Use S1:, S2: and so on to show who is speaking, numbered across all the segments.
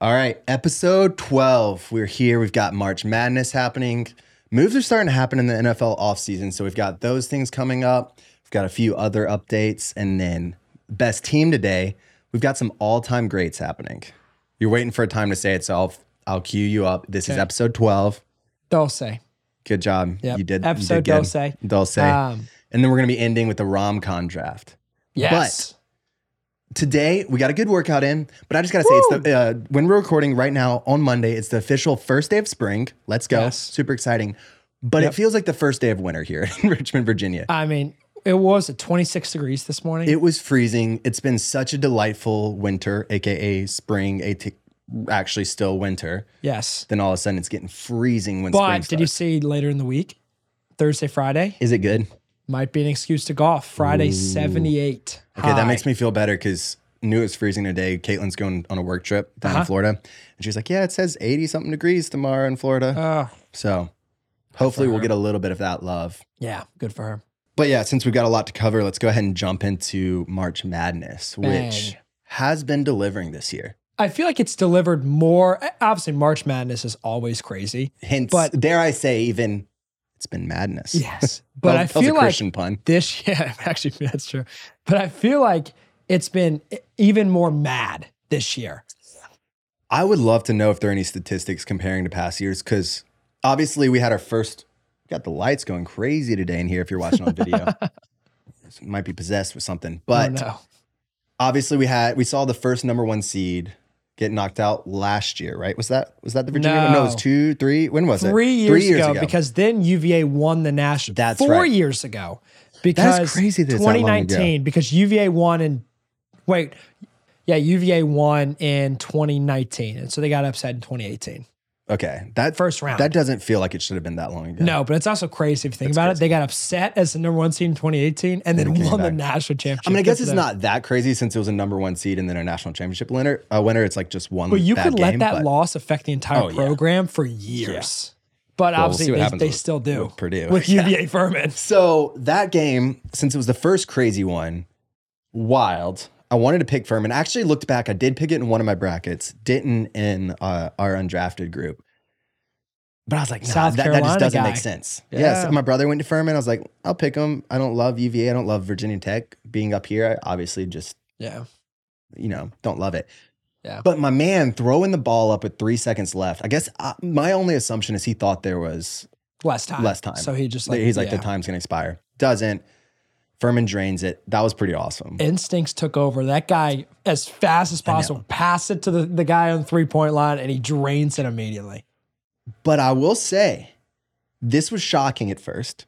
S1: All right, episode 12. We're here. We've got March Madness happening. Moves are starting to happen in the NFL offseason. So we've got those things coming up. We've got a few other updates. And then, best team today, we've got some all time greats happening. You're waiting for a time to say it. So I'll, I'll cue you up. This is
S2: Okay.
S1: episode 12.
S2: Dulce.
S1: Good job.
S2: Yep.
S1: You did.
S2: Episode
S1: you did
S2: Dulce.
S1: good. Dulce.
S2: Um,
S1: and then we're going to be ending with the rom con draft.
S2: yes.
S1: Today we got a good workout in, but I just gotta say it's the uh, when we're recording right now on Monday. It's the official first day of spring. Let's go!
S2: Yes.
S1: Super exciting, but it
S2: Yep.
S1: feels like the first day of winter here in Richmond, Virginia.
S2: I mean, it was at 26 degrees this morning.
S1: It was freezing. It's been such a delightful winter, aka spring, at- actually still winter.
S2: yes.
S1: Then all of a sudden it's getting freezing when spring
S2: But did you
S1: starts.
S2: see later in the week, Thursday, Friday,
S1: Is it good? Okay,
S2: might be an excuse to golf. Friday, 78.
S1: that makes me feel better because knew it was freezing today. Caitlin's going on a work trip down in
S2: Uh-huh.
S1: Florida, and she's like, "Yeah, it says eighty something degrees tomorrow in Florida."
S2: Oh,
S1: So hopefully we'll
S2: her.
S1: get a little bit of that love.
S2: yeah. Good for her.
S1: But yeah, since we've got a lot to cover, let's go ahead and jump into March Madness, which
S2: Bang.
S1: has been delivering this year.
S2: I feel like it's delivered more. Obviously, March Madness is always crazy.
S1: Hence,
S2: But-
S1: dare I say, even it's been madness.
S2: Yes. But
S1: That-
S2: I
S1: that was
S2: feel
S1: a
S2: like
S1: Christian pun.
S2: this yeah actually that's true but i feel like it's been e, even more mad this year
S1: I would love to know if there are any statistics comparing to past years because obviously we had our first. Got the lights going crazy today in here. If you're watching on video, might be possessed with something.
S2: I
S1: But
S2: don't know.
S1: obviously we had we saw the first number one seed get knocked out last year, right? Was that was that the Virginia? one? no it was
S2: No.
S1: two, three. When was it?
S2: three years, ago, because then uva won the national
S1: That's
S2: four
S1: right.
S2: years ago because
S1: crazy that it's that long ago.
S2: 2019 because uva won in wait yeah uva won in 2019 and so they got upset in 2018
S1: okay, that
S2: first round
S1: that doesn't feel like it should have been that long ago.
S2: no, but it's also crazy if you think about it. They got upset as the number one seed in 2018 and then
S1: And came
S2: won the
S1: back.
S2: national championship.
S1: I mean, I
S2: Good
S1: guess
S2: for
S1: it's
S2: them.
S1: not that crazy since it was a number one seed and then a national championship winner. A winner, it's like just one.
S2: But you
S1: bad
S2: could
S1: game,
S2: let that
S1: but
S2: loss affect the entire
S1: Oh, yeah.
S2: program for years. But
S1: Well, we'll see
S2: obviously,
S1: what
S2: they,
S1: happens
S2: they
S1: with-
S2: still do
S1: with Purdue.
S2: with UVA Furman.
S1: So that game, since it was the first crazy one, wild. I wanted to pick Furman. I actually looked back. I did pick it in one of my brackets. Didn't in uh, our undrafted group. But I was like, nah,
S2: South
S1: that, that just
S2: Carolina
S1: doesn't
S2: guy.
S1: make sense. Yes,
S2: Yeah.
S1: my brother went to Furman. I was like, I'll pick him. I don't love UVA. I don't love Virginia Tech. Being up here, I obviously just
S2: Yeah.
S1: you know don't love it.
S2: Yeah.
S1: But my man throwing the ball up with three seconds left. I guess uh my only assumption is he thought there was
S2: Less time.
S1: Less time.
S2: So he just like,
S1: he's like
S2: yeah.
S1: the time's gonna expire. Doesn't. Furman drains it. That was pretty awesome.
S2: Instincts took over. That guy, as fast as possible, passed it to the, the guy on the three point line and he drains it immediately.
S1: But I will say, this was shocking at first.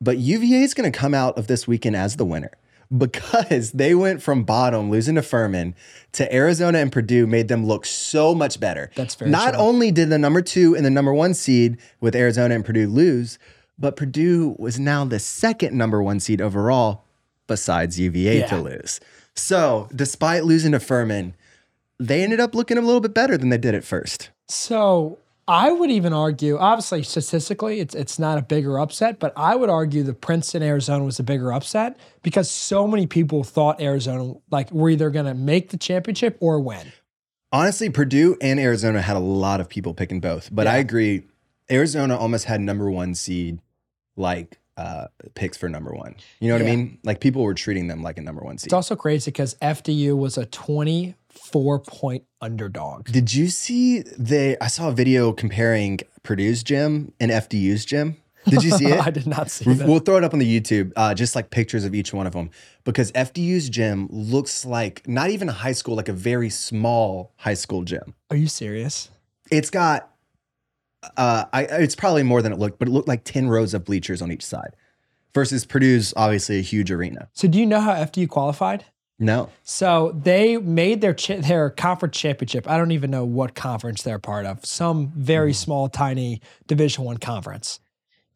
S1: But UVA is going to come out of this weekend as the winner because they went from bottom, losing to Furman, to Arizona and Purdue, made them look so much better.
S2: That's very
S1: Not
S2: true.
S1: only did the number two and the number one seed with Arizona and Purdue lose, but Purdue was now the second number one seed overall besides UVA to
S2: Yeah.
S1: lose. So, despite losing to Furman, they ended up looking a little bit better than they did at first.
S2: So I would even argue, obviously, statistically, it's, it's not a bigger upset, but I would argue the Princeton, Arizona was a bigger upset because so many people thought Arizona like were either going to make the championship or win.
S1: Honestly, Purdue and Arizona had a lot of people picking both, but I
S2: Yeah.
S1: agree. Arizona almost had number one seed, like uh, picks for number one. You know what I
S2: Yeah.
S1: mean? Like people were treating them like a number one seed.
S2: It's also crazy because FDU was a 24 point underdog.
S1: Did you see the? I saw a video comparing Purdue's gym and FDU's gym. Did you see it?
S2: I did not see that.
S1: We'll throw it up on the YouTube, uh, just like pictures of each one of them, because FDU's gym looks like not even a high school, like a very small high school gym.
S2: Are you serious?
S1: it's got uh I it's probably more than it looked, but it looked like 10 rows of bleachers on each side. Versus Purdue's obviously a huge arena.
S2: So, do you know how FDU qualified?
S1: No.
S2: So they made their cha- their conference championship. I don't even know what conference they're part of. Some very small, tiny Division One conference.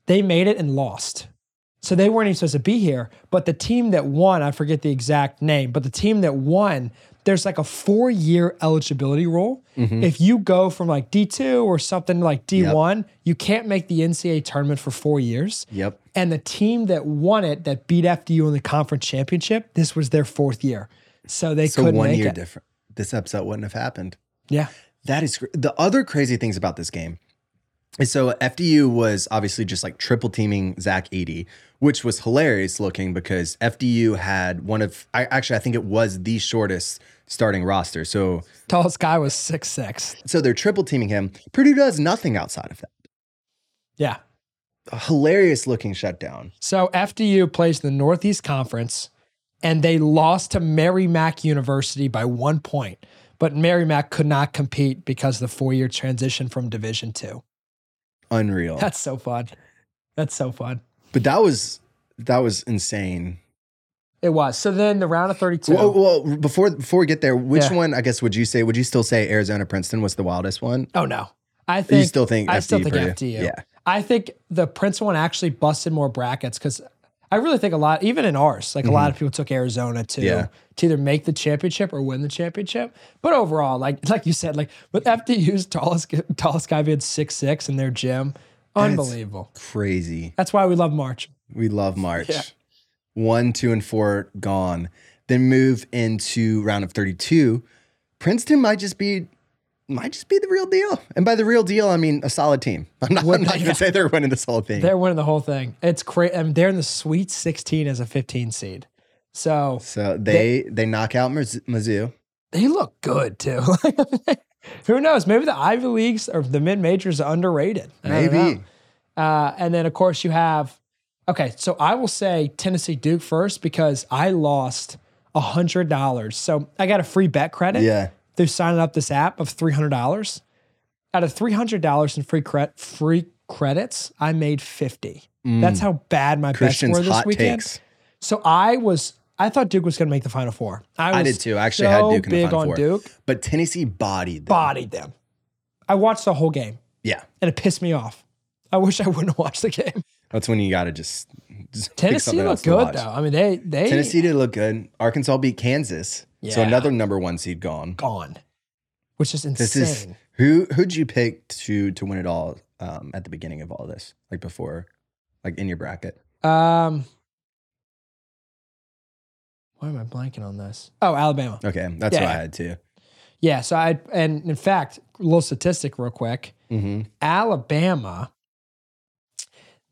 S2: They made it and lost. So they weren't even supposed to be here. But the team that won, I forget the exact name, but the team that won, there's like a four year eligibility rule. If you go from like D2 or something like D1, you can't make the NCAA tournament for four years.
S1: Yep.
S2: And the team that won it, that beat FDU in the conference championship, this was their fourth year. So they
S1: So
S2: couldn't
S1: one
S2: make
S1: year
S2: it.
S1: different. This episode wouldn't have happened.
S2: yeah.
S1: That is cr- the other crazy things about this game. is So FDU was obviously just like triple teaming Zach Eady, which was hilarious looking because FDU had one of I actually I think it was the shortest starting roster. So
S2: Tallest guy was six six.
S1: so they're triple teaming him. Purdue does nothing outside of that.
S2: Yeah.
S1: A hilarious looking shutdown.
S2: So FDU plays in the Northeast Conference, and they lost to Merrimack University by one point. But Merrimack could not compete because of the four-year transition from Division Two.
S1: Unreal.
S2: That's so fun. That's so fun.
S1: but that was that was insane.
S2: It was. So then the round of thirty-two.
S1: Well, well, before before we get there, which
S2: Yeah.
S1: one I guess would you say? Would you still say Arizona Princeton was the wildest one?
S2: Oh no, I think
S1: you still think
S2: I
S1: FDU
S2: still think
S1: Purdue?
S2: FDU.
S1: Yeah.
S2: I think the Prince one actually busted more brackets because I really think a lot, even in ours, like a lot of people took Arizona to
S1: Mm-hmm. Yeah.
S2: to either make the championship or win the championship. But overall, like like you said, like with FDU's tallest gu- tallest guy being six six in their gym, unbelievable.
S1: Crazy.
S2: That's why we love March.
S1: We love March.
S2: Yeah.
S1: One, two, and four gone. Then move into round of 32. Princeton might just be might just be the real deal. And by the real deal, I mean a solid team. I'm not, I'm not gonna say they're winning this whole thing.
S2: They're winning the whole thing. It's great. I mean, they're in the Sweet Sixteen as a fifteen seed. So
S1: so they, they knock out Miz- Mizzou.
S2: they look good too. Who knows? Maybe the Ivy Leagues or the mid majors are underrated. I don't know.
S1: Maybe.
S2: Uh, and then, of course, you have. Okay, so I will say Tennessee Duke first because I lost hundred dollars. So I got a free bet credit
S1: Yeah.
S2: through signing up this app of three hundred dollars. Out of three hundred dollars in free credit, free credits, I made fifty. That's how bad my
S1: Mm. Christian's
S2: bets were this
S1: hot
S2: weekend.
S1: takes.
S2: So I was. I thought Duke was going to make the Final Four. was
S1: I did too. I actually had
S2: so
S1: Duke in the
S2: big
S1: Final
S2: on
S1: Four.
S2: Duke
S1: But Tennessee bodied them.
S2: bodied them. I watched the whole game
S1: Yeah.
S2: and it pissed me off. I wish I wouldn't have watched the game.
S1: That's when you gotta just, just pick
S2: Tennessee
S1: something else
S2: looked
S1: to
S2: good
S1: watch.
S2: though. I mean, they they
S1: Tennessee did look good. Arkansas beat Kansas. So
S2: Yeah.
S1: another number one seed gone.
S2: gone, which is insane.
S1: This is who who'd you pick to to win it all um, at the beginning of all this, like before, like in your bracket.
S2: um, why am I blanking on this? Oh, Alabama.
S1: Okay, that's what
S2: Yeah.
S1: I had too.
S2: Yeah. So I and in fact, little statistic, real quick.
S1: hmm
S2: Alabama,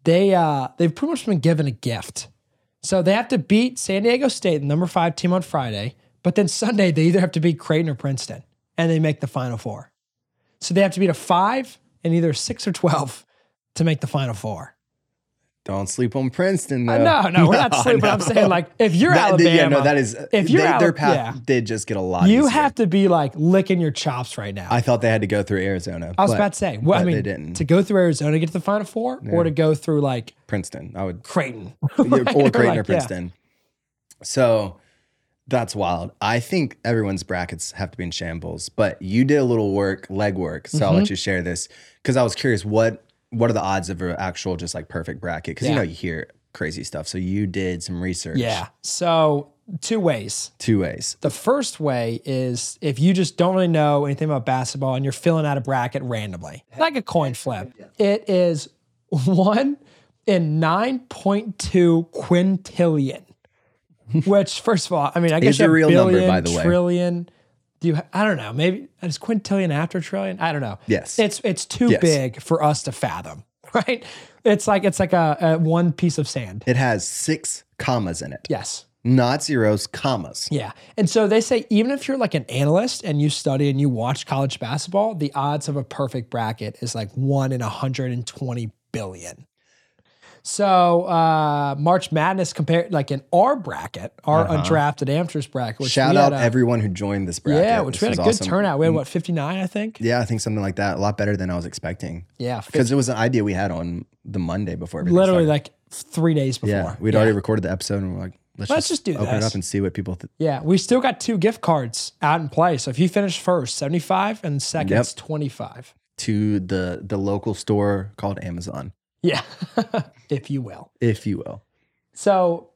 S2: they uh they've pretty much been given a gift. So they have to beat San Diego State, the number five team on Friday, but then Sunday they either have to beat Creighton or Princeton, and they make the final four. So they have to beat a five and either six or twelve to make the final four.
S1: Don't sleep on Princeton though.
S2: Uh, no, no, we're not sleeping. I'm saying like if you're
S1: That-
S2: Alabama,
S1: Yeah, no, that is.
S2: if you're
S1: they-
S2: Ala-
S1: their path
S2: yeah.
S1: did just get a lot.
S2: you
S1: easier.
S2: have to be like licking your chops right now.
S1: I thought they had to go through Arizona.
S2: I was
S1: but
S2: about to say, well, I
S1: but they
S2: mean,
S1: didn't.
S2: to go through Arizona, get to the final four, or to go through like
S1: Princeton. I would
S2: Creighton
S1: or
S2: Like,
S1: Creighton or
S2: like, yeah.
S1: Princeton. So that's wild. I think everyone's brackets have to be in shambles, but you did a little work, legwork. So I'll let
S2: Mm-hmm.
S1: you share this because I was curious what what are the odds of an actual just like perfect bracket? Because
S2: Yeah.
S1: you know you hear crazy stuff. So you did some research.
S2: Yeah. So, two ways.
S1: two ways.
S2: The first way is if you just don't really know anything about basketball and you're filling out a bracket randomly, like a coin flip, it is one in 9.2 quintillion, which, first of all, I mean, I guess
S1: a
S2: you have
S1: real number,
S2: billion,
S1: by the way.
S2: Trillion. Do you, I don't know. Maybe is quintillion after trillion? I don't know.
S1: Yes.
S2: It's it's too
S1: Yes.
S2: big for us to fathom, right? It's like it's like a, a one piece of sand.
S1: It has six commas in it.
S2: Yes.
S1: Not zeros, commas.
S2: Yeah. And so they say even if you're like an analyst and you study and you watch college basketball, the odds of a perfect bracket is like one in 120 billion. So uh, March Madness compared like in our bracket, our undrafted amateurs bracket. Which
S1: Uh-huh. Shout
S2: we
S1: out
S2: had a-
S1: everyone who joined this bracket.
S2: Yeah, which
S1: This
S2: we had a
S1: was
S2: good
S1: awesome. Mm-hmm.
S2: turnout. We had what 59, I think.
S1: Yeah, I think something like that. A lot better than I was expecting.
S2: Yeah, fif-
S1: Because it was an idea we had on the Monday before everything
S2: literally
S1: started.
S2: like three days before.
S1: Yeah, we'd already recorded the episode and we're like, let's,
S2: Let's just
S1: just,
S2: do
S1: open
S2: this.
S1: it up and see what people. Th-
S2: Yeah, we still got two gift cards out in play. So if you finish first, 75, and second,
S1: Yep.
S2: it's 25.
S1: to the the local store called Amazon,
S2: Yeah, if you will.
S1: if you will.
S2: So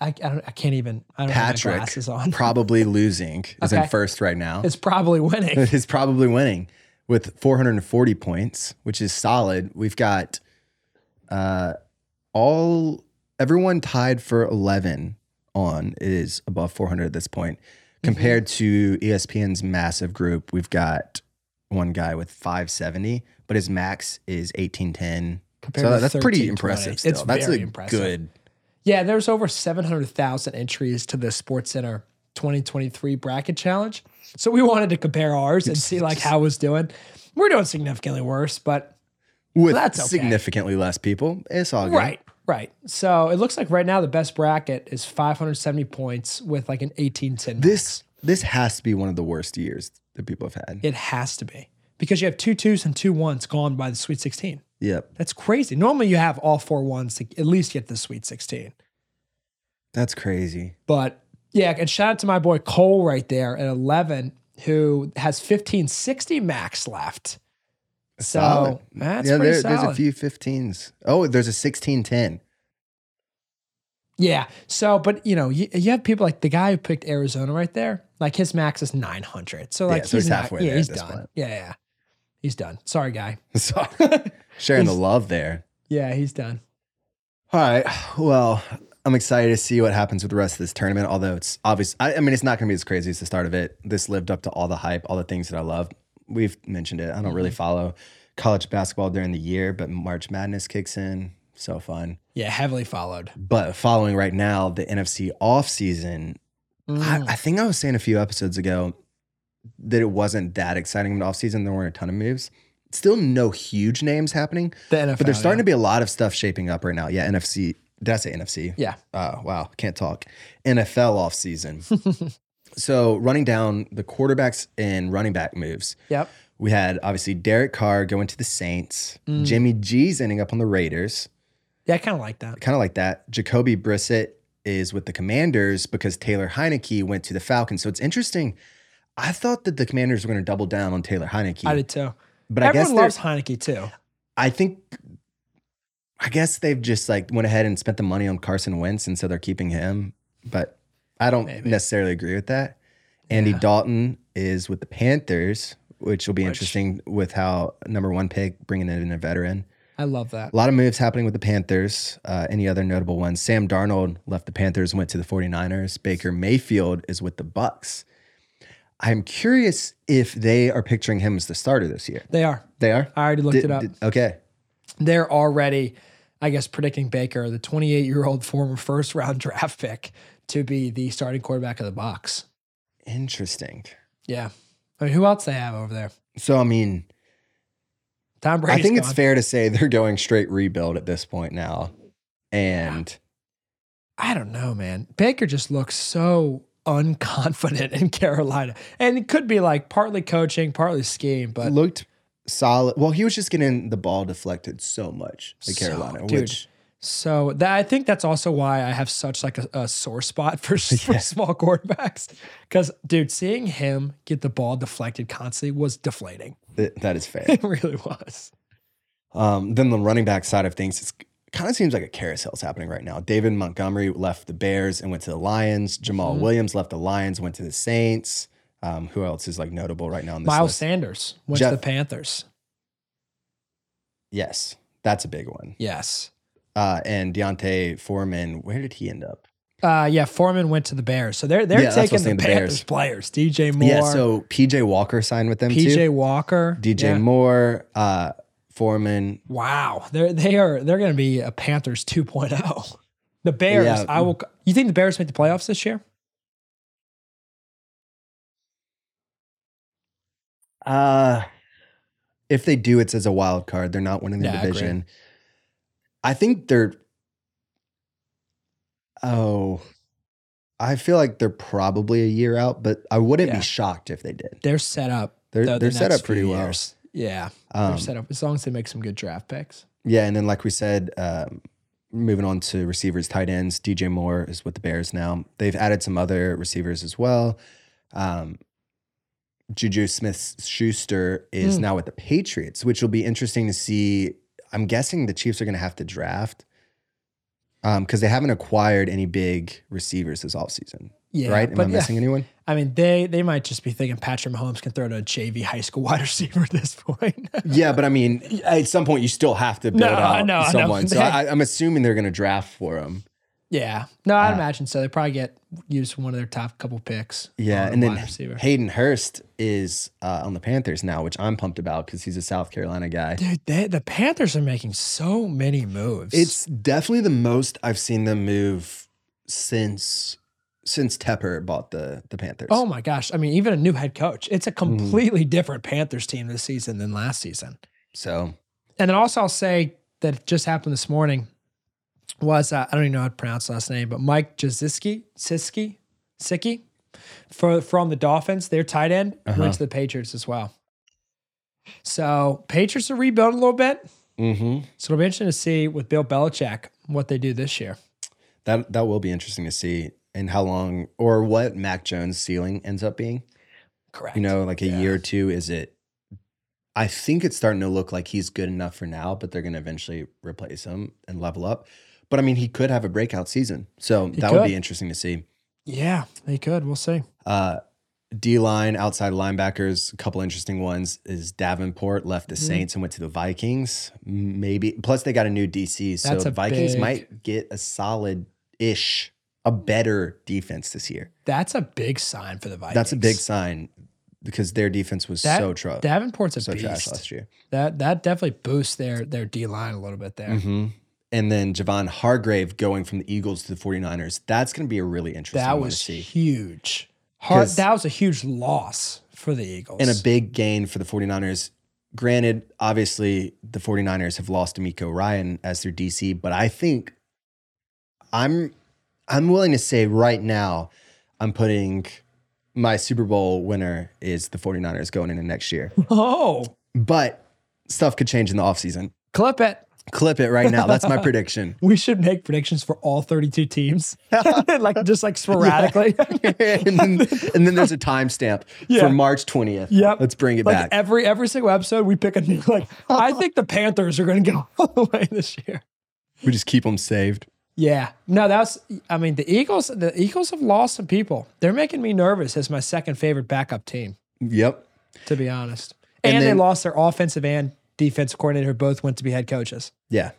S2: I, I don't I can't even I don't have my
S1: Patrick.
S2: glasses on.
S1: Probably losing is in
S2: Okay.
S1: first right now.
S2: it's probably winning.
S1: is probably winning with 440 points, which is solid. We've got uh, all everyone tied for 11 on is above 400 at this point.
S2: Mm-hmm.
S1: Compared to E ESPN's massive group, we've got one guy with 570, but his max is 1810.
S2: compared
S1: So
S2: to
S1: that's pretty
S2: 1320.
S1: impressive. Still.
S2: It's
S1: that's
S2: very
S1: a
S2: impressive.
S1: good.
S2: Yeah, there's over 700,000 entries to the Sports Center 2023 bracket challenge. So we wanted to compare ours and see like how it was doing. We're doing significantly worse, but
S1: With
S2: that's okay.
S1: significantly less people, it's all good.
S2: right, right. So it looks like right now the best bracket is 570 points with like an 1810.
S1: This this has to be one of the worst years that people have had.
S2: it has to be because you have two twos and two ones gone by the Sweet 16.
S1: Yep.
S2: That's crazy. Normally you have all four ones to at least get the Sweet 16.
S1: That's crazy.
S2: But yeah, and shout out to my boy Cole right there at 11, who has 1560 max left. So
S1: Solid.
S2: that's
S1: yeah,
S2: pretty
S1: there-
S2: solid.
S1: there's a few 15s. Oh, there's a 1610.
S2: Yeah. So, but you know, you, you have people like the guy who picked Arizona right there. Like his max is 900. So like
S1: Yeah, so
S2: he's,
S1: he's
S2: not-
S1: halfway
S2: yeah,
S1: there at
S2: he's
S1: this
S2: done.
S1: point.
S2: Yeah, yeah. He's done. Sorry, guy.
S1: Sorry. Sharing the love there.
S2: Yeah, he's done.
S1: All right. Well, I'm excited to see what happens with the rest of this tournament, although it's obvious. I, I mean, it's not going to be as crazy as the start of it. This lived up to all the hype, all the things that I love. We've mentioned it. I don't
S2: Mm-hmm.
S1: really follow college basketball during the year, but March Madness kicks in. So fun.
S2: Yeah, heavily followed.
S1: But following right now, the NFC offseason
S2: Mm.
S1: I, I think I was saying a few episodes ago that it wasn't that exciting of an offseason. There weren't a ton of moves. Still no huge names happening,
S2: the NFL.
S1: but there's starting to be a lot of stuff shaping up right now. Yeah, NFC. Did I say NFC?
S2: Yeah.
S1: Oh, wow. Can't talk. NFL offseason. so running down the quarterbacks and running back moves.
S2: yeah. Yep.
S1: We had obviously Derek Carr going to the Saints,
S2: Mm.
S1: Jimmy G's ending up on the Raiders
S2: Yeah, I kind of like that.
S1: kind of like that. Jacoby Brissett is with the Commanders because Taylor Heineke went to the Falcons. So it's interesting. I thought that the Commanders were going to double down on Taylor Heineke,
S2: I did too.
S1: but I guess
S2: Everyone
S1: they're-
S2: loves Heineke too.
S1: I think I guess they've just like went ahead and spent the money on Carson Wentz, and so they're keeping him. But I don't
S2: Maybe.
S1: necessarily agree with that. Andy
S2: Yeah.
S1: Dalton is with the Panthers, which will be
S2: Which-
S1: interesting with how number one pick bringing in a veteran.
S2: I love that.
S1: A lot of moves happening with the Panthers. Uh, any other notable ones? Sam Darnold left the Panthers, went to the 49ers. Baker Mayfield is with the Bucks. I'm curious if they are picturing him as the starter this year.
S2: They are.
S1: They are?
S2: I already looked
S1: Did-
S2: it up.
S1: did- okay.
S2: they're already, I guess, predicting Baker, the 28 year old former first round draft pick, to be the starting quarterback of the box.
S1: Interesting.
S2: Yeah. I mean, who else they have over there?
S1: So, I mean,
S2: Tom Brady's
S1: I think
S2: gone.
S1: it's fair to say they're going straight rebuild at this point now. And
S2: I don't know, man. Baker just looks so unconfident in Carolina. And it could be like partly coaching, partly scheme, but
S1: looked solid. Well, he was just getting the ball deflected so much to
S2: So,
S1: Carolina,
S2: dude.
S1: which
S2: So that I think that's also why I have such like a, a sore spot for, for small quarterbacks. Because dude, seeing him get the ball deflected constantly was deflating.
S1: th- that is fair.
S2: It really was.
S1: Um, then the running back side of things, it's kind of seems like a carousel is happening right now. David Montgomery left the Bears and went to the Lions. Jamal
S2: Mhm.
S1: Williams left the Lions, went to the Saints. Um, who else is like notable right now in this
S2: Miles
S1: list?
S2: Sanders went
S1: Jeff-
S2: to the Panthers.
S1: Yes, that's a big one.
S2: Yes.
S1: Uh, and Deontay Foreman, where did he end up?
S2: Uh, yeah, Foreman went to the Bears. So they're they're
S1: Yeah, that's what I
S2: taking
S1: was
S2: the,
S1: thinking, the
S2: Panthers
S1: Bears.
S2: players. DJ Moore,
S1: Yeah, so PJ Walker signed with them
S2: PJ
S1: too.
S2: Walker,
S1: DJ
S2: Yeah.
S1: Moore, uh, Foreman.
S2: Wow, they're they are they're going to be a Panthers 2.0. The Bears,
S1: Yeah.
S2: I will. You think the Bears make the playoffs this year?
S1: Uh, if they do, it's as a wild card. They're not winning the
S2: Yeah, I agree.
S1: division. I, think they're. Oh, I feel like they're probably a year out, but I wouldn't
S2: Yeah.
S1: be shocked if they did.
S2: They're set up.
S1: They're
S2: though, the
S1: they're set
S2: next
S1: up pretty
S2: few
S1: well.
S2: years. Yeah,
S1: Um,
S2: they're set up as long as they make some good draft picks.
S1: yeah, and then like we said, um, moving on to receivers, tight ends. DJ Moore is with the Bears now. They've added some other receivers as well. Um, Juju Smith Schuster is
S2: Hmm.
S1: now with the Patriots, which will be interesting to see. I'm guessing the Chiefs are going to have to draft because um, they haven't acquired any big receivers this offseason.
S2: Yeah,
S1: right? Am I
S2: but yeah.
S1: missing anyone?
S2: I mean, they they might just be thinking Patrick Mahomes can throw to a JV high school wide receiver at this point.
S1: Yeah, but I mean, at some point you still have to build
S2: No, I
S1: out
S2: know, I know.
S1: someone. So I, I'm assuming they're going to draft for him.
S2: yeah, no,
S1: Ah.
S2: I'd imagine so. They probably get used one of their top couple picks.
S1: Yeah,
S2: on a
S1: and then
S2: Um, wide receiver.
S1: Hayden Hurst is uh, on the Panthers now, which I'm pumped about because he's a South Carolina guy.
S2: dude, they, the Panthers are making so many moves.
S1: It's definitely the most I've seen them move since since Tepper bought the the Panthers.
S2: oh my gosh. I mean, even a new head coach. It's a
S1: Mm-hmm.
S2: completely different Panthers team this season than last season.
S1: So
S2: And then also, I'll say that just happened this morning was uh, I don't even know how to pronounce the last name, but Mike Jaziski, Siski, Sicky, for from the Dolphins, their tight end
S1: Uh-huh.
S2: went to the Patriots as well. So Patriots are rebuilding a little bit.
S1: hmm
S2: So it'll be interesting to see with Bill Belichick what they do this year.
S1: that that will be interesting to see and how long or what Mac Jones' ceiling ends up being.
S2: Correct.
S1: You know, like a
S2: Yeah.
S1: year or two. Is it? I think it's starting to look like he's good enough for now, but they're going to eventually replace him and level up. But I mean, he could have a breakout season, so
S2: He
S1: that would
S2: could.
S1: be interesting to see.
S2: Yeah, they could. We'll see.
S1: Uh, D line, outside linebackers, a couple interesting ones is Davenport left the
S2: Mhm.
S1: Saints and went to the Vikings. Maybe plus they got a new DC, so
S2: That's
S1: the
S2: a
S1: Vikings
S2: big-
S1: might get a solid ish, a better defense this year.
S2: That's a big sign for the Vikings.
S1: That's a big sign because their defense was
S2: That-
S1: so trash,
S2: Davenport's a
S1: so trash
S2: beast.
S1: last year.
S2: That that definitely boosts their their D line a little bit there.
S1: Mhm. And then Javon Hargrave going from the Eagles to the 49ers. That's going to be a really interesting
S2: That
S1: one to
S2: was
S1: see.
S2: huge. Hard,
S1: 'Cause-
S2: that was a huge loss for the Eagles.
S1: and a big gain for the 49ers. Granted, obviously, the 49ers have lost D'Amico Ryan as their DC, but I think I'm I'm willing to say right now I'm putting my Super Bowl winner is the 49ers going into next year.
S2: oh,
S1: But stuff could change in the offseason.
S2: clip it.
S1: Clip it right now. That's my prediction.
S2: We should make predictions for all 32 teams, like just like sporadically.
S1: and, then, and then there's a timestamp
S2: Yeah.
S1: for March 20th.
S2: Yep.
S1: Let's bring it
S2: like
S1: back.
S2: every every single episode, we pick a new. Like I think the Panthers are going to go all the way this year.
S1: we just keep them saved.
S2: Yeah, no, that's. I mean, the Eagles. The Eagles have lost some people. They're making me nervous as my second favorite backup team,
S1: Yep.
S2: to be honest.
S1: And
S2: And,
S1: then-
S2: they lost their offensive and defensive coordinator, who both went to be head coaches.
S1: Yeah.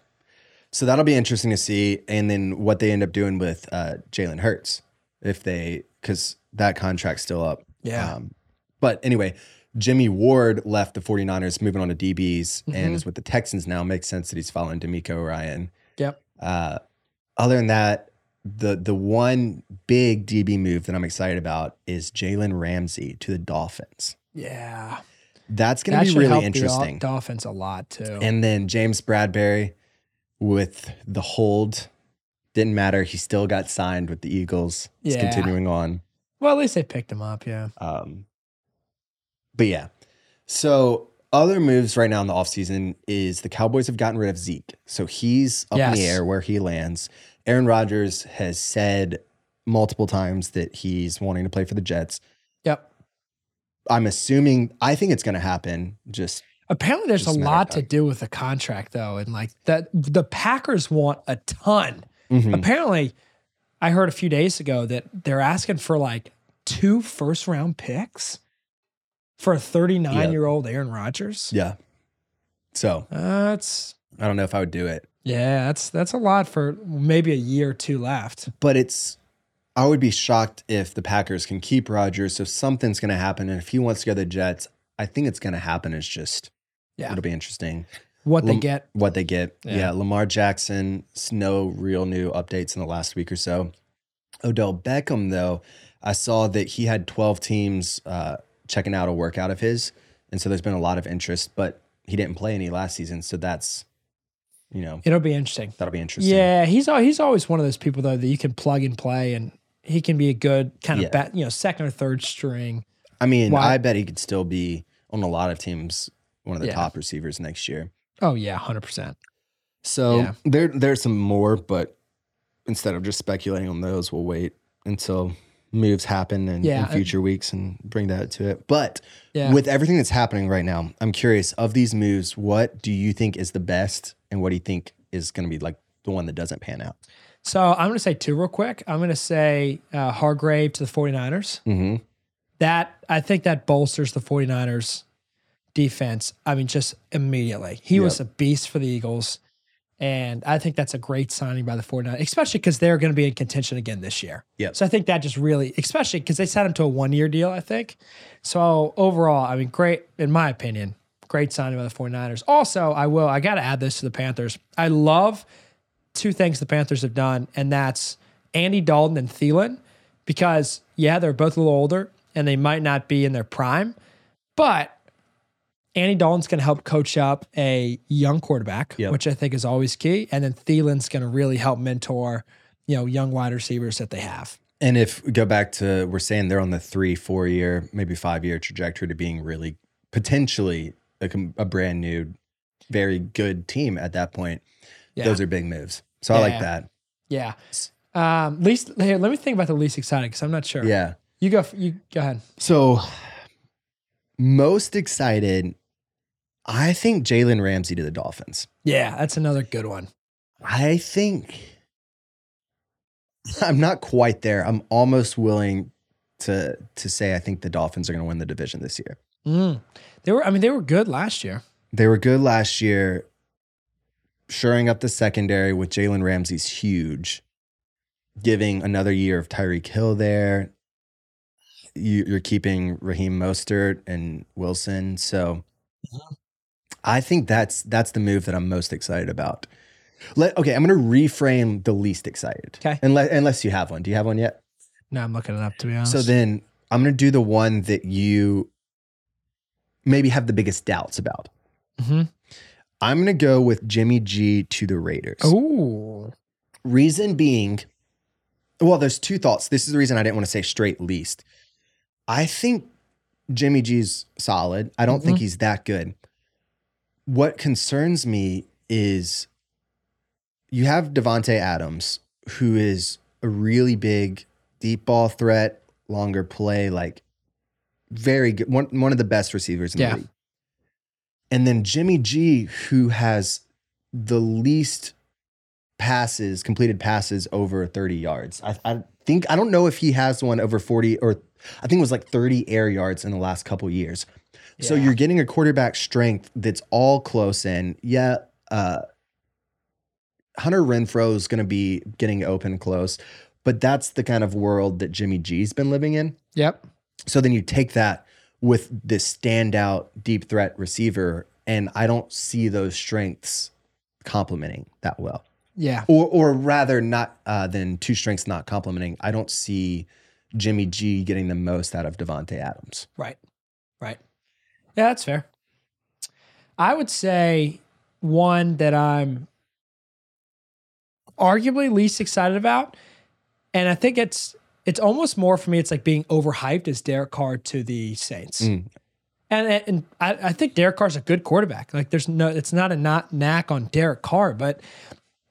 S1: So that'll be interesting to see. And then what they end up doing with uh, Jalen Hurts, if they, because that contract's still up.
S2: Yeah.
S1: Um, but anyway, Jimmy Ward left the 49ers, moving on to DBs, and
S2: Mhm.
S1: is with the Texans now. Makes sense that he's following D'Amico Ryan.
S2: Yep.
S1: Uh, other than that, the the one big DB move that I'm excited about is Jalen Ramsey to the Dolphins.
S2: Yeah.
S1: That's going to
S2: That
S1: be
S2: should help
S1: really
S2: the
S1: interesting.
S2: Dol- Dolphins a lot too.
S1: And then James Bradbury with the hold. Didn't matter. He still got signed with the Eagles. It's
S2: Yeah.
S1: continuing on.
S2: well, at least they picked him up. Yeah.
S1: Um, but yeah. So other moves right now in the offseason is the Cowboys have gotten rid of Zeke. So he's up in the
S2: Yes.
S1: air where he lands. Aaron Rodgers has said multiple times that he's wanting to play for the Jets.
S2: Yep.
S1: I'm assuming I think it's gonna happen. Just
S2: Apparently, there's
S1: Just a
S2: a
S1: matter of
S2: lot to
S1: time.
S2: do with the contract though, and like that, the Packers want a ton. Mm-hmm.
S1: mhm.
S2: Apparently, I heard a few days ago that they're asking for like two first round picks for a 39
S1: Yeah.
S2: year old Aaron Rodgers.
S1: yeah. So
S2: Uh, that's
S1: I don't know if I would do it.
S2: yeah, that's that's a lot for maybe a year or two left.
S1: but it's I would be shocked if the Packers can keep Rodgers. So something's going to happen, and if he wants to go to the Jets, I think it's going to happen. It's just
S2: Yeah.
S1: it'll be interesting
S2: What they
S1: Lam-
S2: get,
S1: what they get. Yeah,
S2: Yeah.
S1: Lamar Jackson, s- no real new updates in the last week or so. Odell Beckham, though, I saw that he had 12 teams uh, checking out a workout of his, and so there's been a lot of interest, but he didn't play any last season, so that's you know
S2: it'll be interesting.
S1: that'll be interesting.
S2: Yeah, he's al- he's always one of those people though that you can plug and play, and he can be a good kind of
S1: Yeah.
S2: bat, you know second or third string.
S1: I mean,
S2: Why-
S1: I bet he could still be on a lot of teams, one of the
S2: Yeah.
S1: top receivers next year.
S2: Oh yeah, hundred percent.
S1: So
S2: Yeah.
S1: there, there's some more, but instead of just speculating on those, we'll wait until moves happen in,
S2: Yeah,
S1: in future weeks and bring that to it. But
S2: Yeah,
S1: with everything that's happening right now, I'm curious of these moves, what do you think is the best, and what do you think is going to be like the one that doesn't pan out?
S2: So I'm going to say two real quick. I'm going to say uh, Hargrave to the 49ers.
S1: Mm-hmm.
S2: That I think that bolsters the 49ers defense. I mean, just immediately. He was a beast for the Eagles. And I think that's a great signing by the 49ers, especially because they're going to be in contention again this year.
S1: Yep.
S2: So I think that just really, especially because they signed him to a one year deal, I think. So overall, I mean, great, in my opinion, great signing by the 49ers. Also, I will, I got to add this to the Panthers. I love two things the Panthers have done, and that's Andy Dalton and Thielen, because yeah, they're both a little older and they might not be in their prime, but Andy Dalton's going to help coach up a young quarterback,
S1: Yep.
S2: which I think is always key, and then Thielen's going to really help mentor, you know, young wide receivers that they have.
S1: And if we go back to we're saying they're on the three, four year, maybe five year trajectory to being really potentially a, com- a brand new, very good team at that point.
S2: Yeah.
S1: Those are big moves. So I
S2: Yeah,
S1: like
S2: yeah.
S1: that.
S2: Yeah. Um, least here, let me think about the least exciting because I'm not sure.
S1: Yeah.
S2: You go. f- You go ahead.
S1: So most excited, I think Jalen Ramsey to the Dolphins.
S2: Yeah, that's another good one.
S1: I think I'm not quite there. I'm almost willing to to say I think the Dolphins are going to win the division this year.
S2: Mm. They were. I mean, they were good last year.
S1: They were good last year, shoring up the secondary with Jalen Ramsey's huge, giving another year of Tyreek Hill there. You, you're keeping Raheem Mostert and Wilson, so I think that's that's the move that I'm most excited about. Let okay, I'm going to reframe the least excited.
S2: 'Kay.
S1: unless unless you have one. Do you have one yet?
S2: No, I'm looking it up to be honest.
S1: So then I'm going to do the one that you maybe have the biggest doubts about.
S2: Mhm.
S1: I'm going to go with Jimmy G to the Raiders.
S2: Oh. Ooh.
S1: Reason being, well, there's two thoughts. This is the reason I didn't want to say straight least. I think Jimmy G's solid. I don't think he's that good. What concerns me is you have Devonte Adams, who is a really big deep ball threat, longer play, like very good, one, one of the best receivers in
S2: Yeah.
S1: the league. And then Jimmy G, who has the least passes, completed passes over 30 yards. I, I think, I don't know if he has one over 40 or I think it was like 30 air yards in the last couple years. So
S2: Yeah.
S1: you're getting a quarterback strength that's all close in. Yeah. Uh, Hunter Renfro is going to be getting open close, but that's the kind of world that Jimmy G's been living in.
S2: Yep.
S1: So then you take that with this standout deep threat receiver, and I don't see those strengths complementing that well
S2: Yeah.
S1: or or rather not uh, than two strengths not complementing. I don't see Jimmy G getting the most out of Devonte Adams.
S2: Right. Right. Yeah, that's fair. I would say one that I'm arguably least excited about, and I think it's it's almost more for me. It's like being overhyped is Derek Carr to the Saints,
S1: Mm.
S2: and and, and I, I think Derek Carr's a good quarterback. Like there's no, it's not a not knack on Derek Carr, but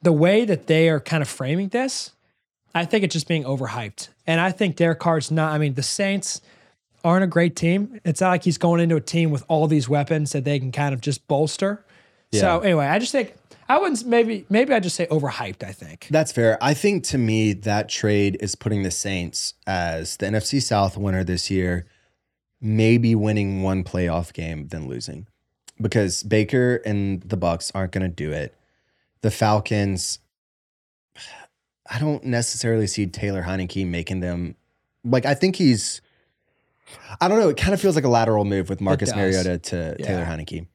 S2: the way that they are kind of framing this, I think it's just being overhyped. And I think Derek Carr's not. I mean, the Saints aren't a great team. It's not like he's going into a team with all these weapons that they can kind of just bolster. So anyway, I just think I wouldn't s- maybe maybe I just say overhyped. I think.
S1: That's fair. I think to me that trade is putting the Saints as the NFC South winner this year, maybe winning one playoff game than losing. Because Baker and the Bucks aren't going to do it. The Falcons I don't necessarily see Taylor Heineke making them like I think he's I don't know, it kind of feels like a lateral move with Marcus
S2: does.
S1: Mariota to
S2: Yeah.
S1: Taylor Heineke.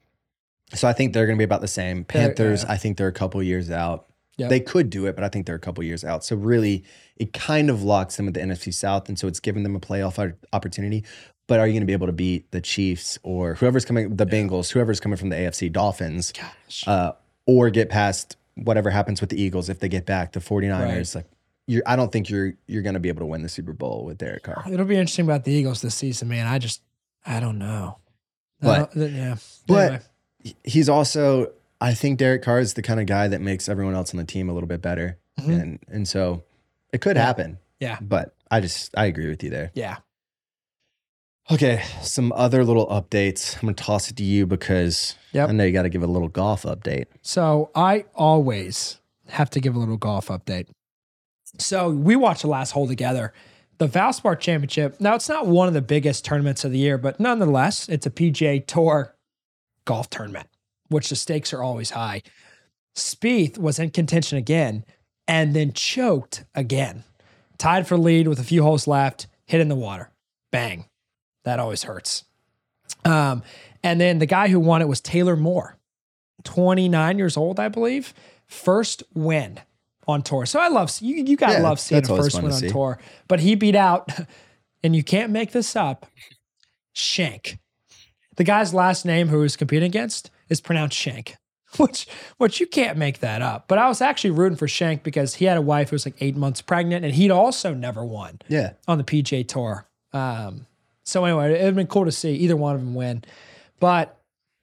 S1: So I think they're going to be about the same.
S2: They're-
S1: Panthers,
S2: yeah.
S1: I think they're a couple years out.
S2: Yep.
S1: They could do it, but I think they're a couple years out. So really, it kind of locks them at the NFC South, and so it's given them a playoff o- opportunity. But are you going to be able to beat the Chiefs or whoever's coming, the Bengals, whoever's coming from the AFC Dolphins,
S2: Gosh.
S1: uh, or get past whatever happens with the Eagles if they get back the 49ers? Like, you're, I don't think you're you're going to be able to win the Super Bowl with Derek Carr.
S2: It'll be interesting about the Eagles this season, man. I just I don't know. I
S1: But-
S2: don't- yeah.
S1: but-
S2: Anyway.
S1: he's also I think Derek Carr is the kind of guy that makes everyone else on the team a little bit better.
S2: Mhm.
S1: And and so it could
S2: Yeah.
S1: happen.
S2: Yeah.
S1: But I just I agree with you there.
S2: yeah.
S1: Okay, some other little updates. I'm gonna toss it to you because
S2: Yep.
S1: I know you gotta give a little golf update.
S2: So I always have to give a little golf update. So we watched the last hole together. The Valspar Championship. Now it's not one of the biggest tournaments of the year, but nonetheless, it's a PGA Tour golf tournament, which the stakes are always high. Spieth was in contention again, and then choked again, tied for lead with a few holes left, hit in the water, bang. That always hurts. Um, and then the guy who won it was Taylor Moore, 29 years old, I believe. First win on tour. So I love you. You gotta
S1: Yeah,
S2: love seeing a
S1: that's always
S2: first
S1: fun
S2: win
S1: to
S2: on
S1: see.
S2: tour. But he beat out, and you can't make this up. Shank, the guy's last name who he's competing against is pronounced Shank, which which you can't make that up. But I was actually rooting for Shank because he had a wife who was like eight months pregnant, and he'd also never won
S1: Yeah.
S2: on the PJ Tour. Um, so anyway, it'd been cool to see either one of them win. But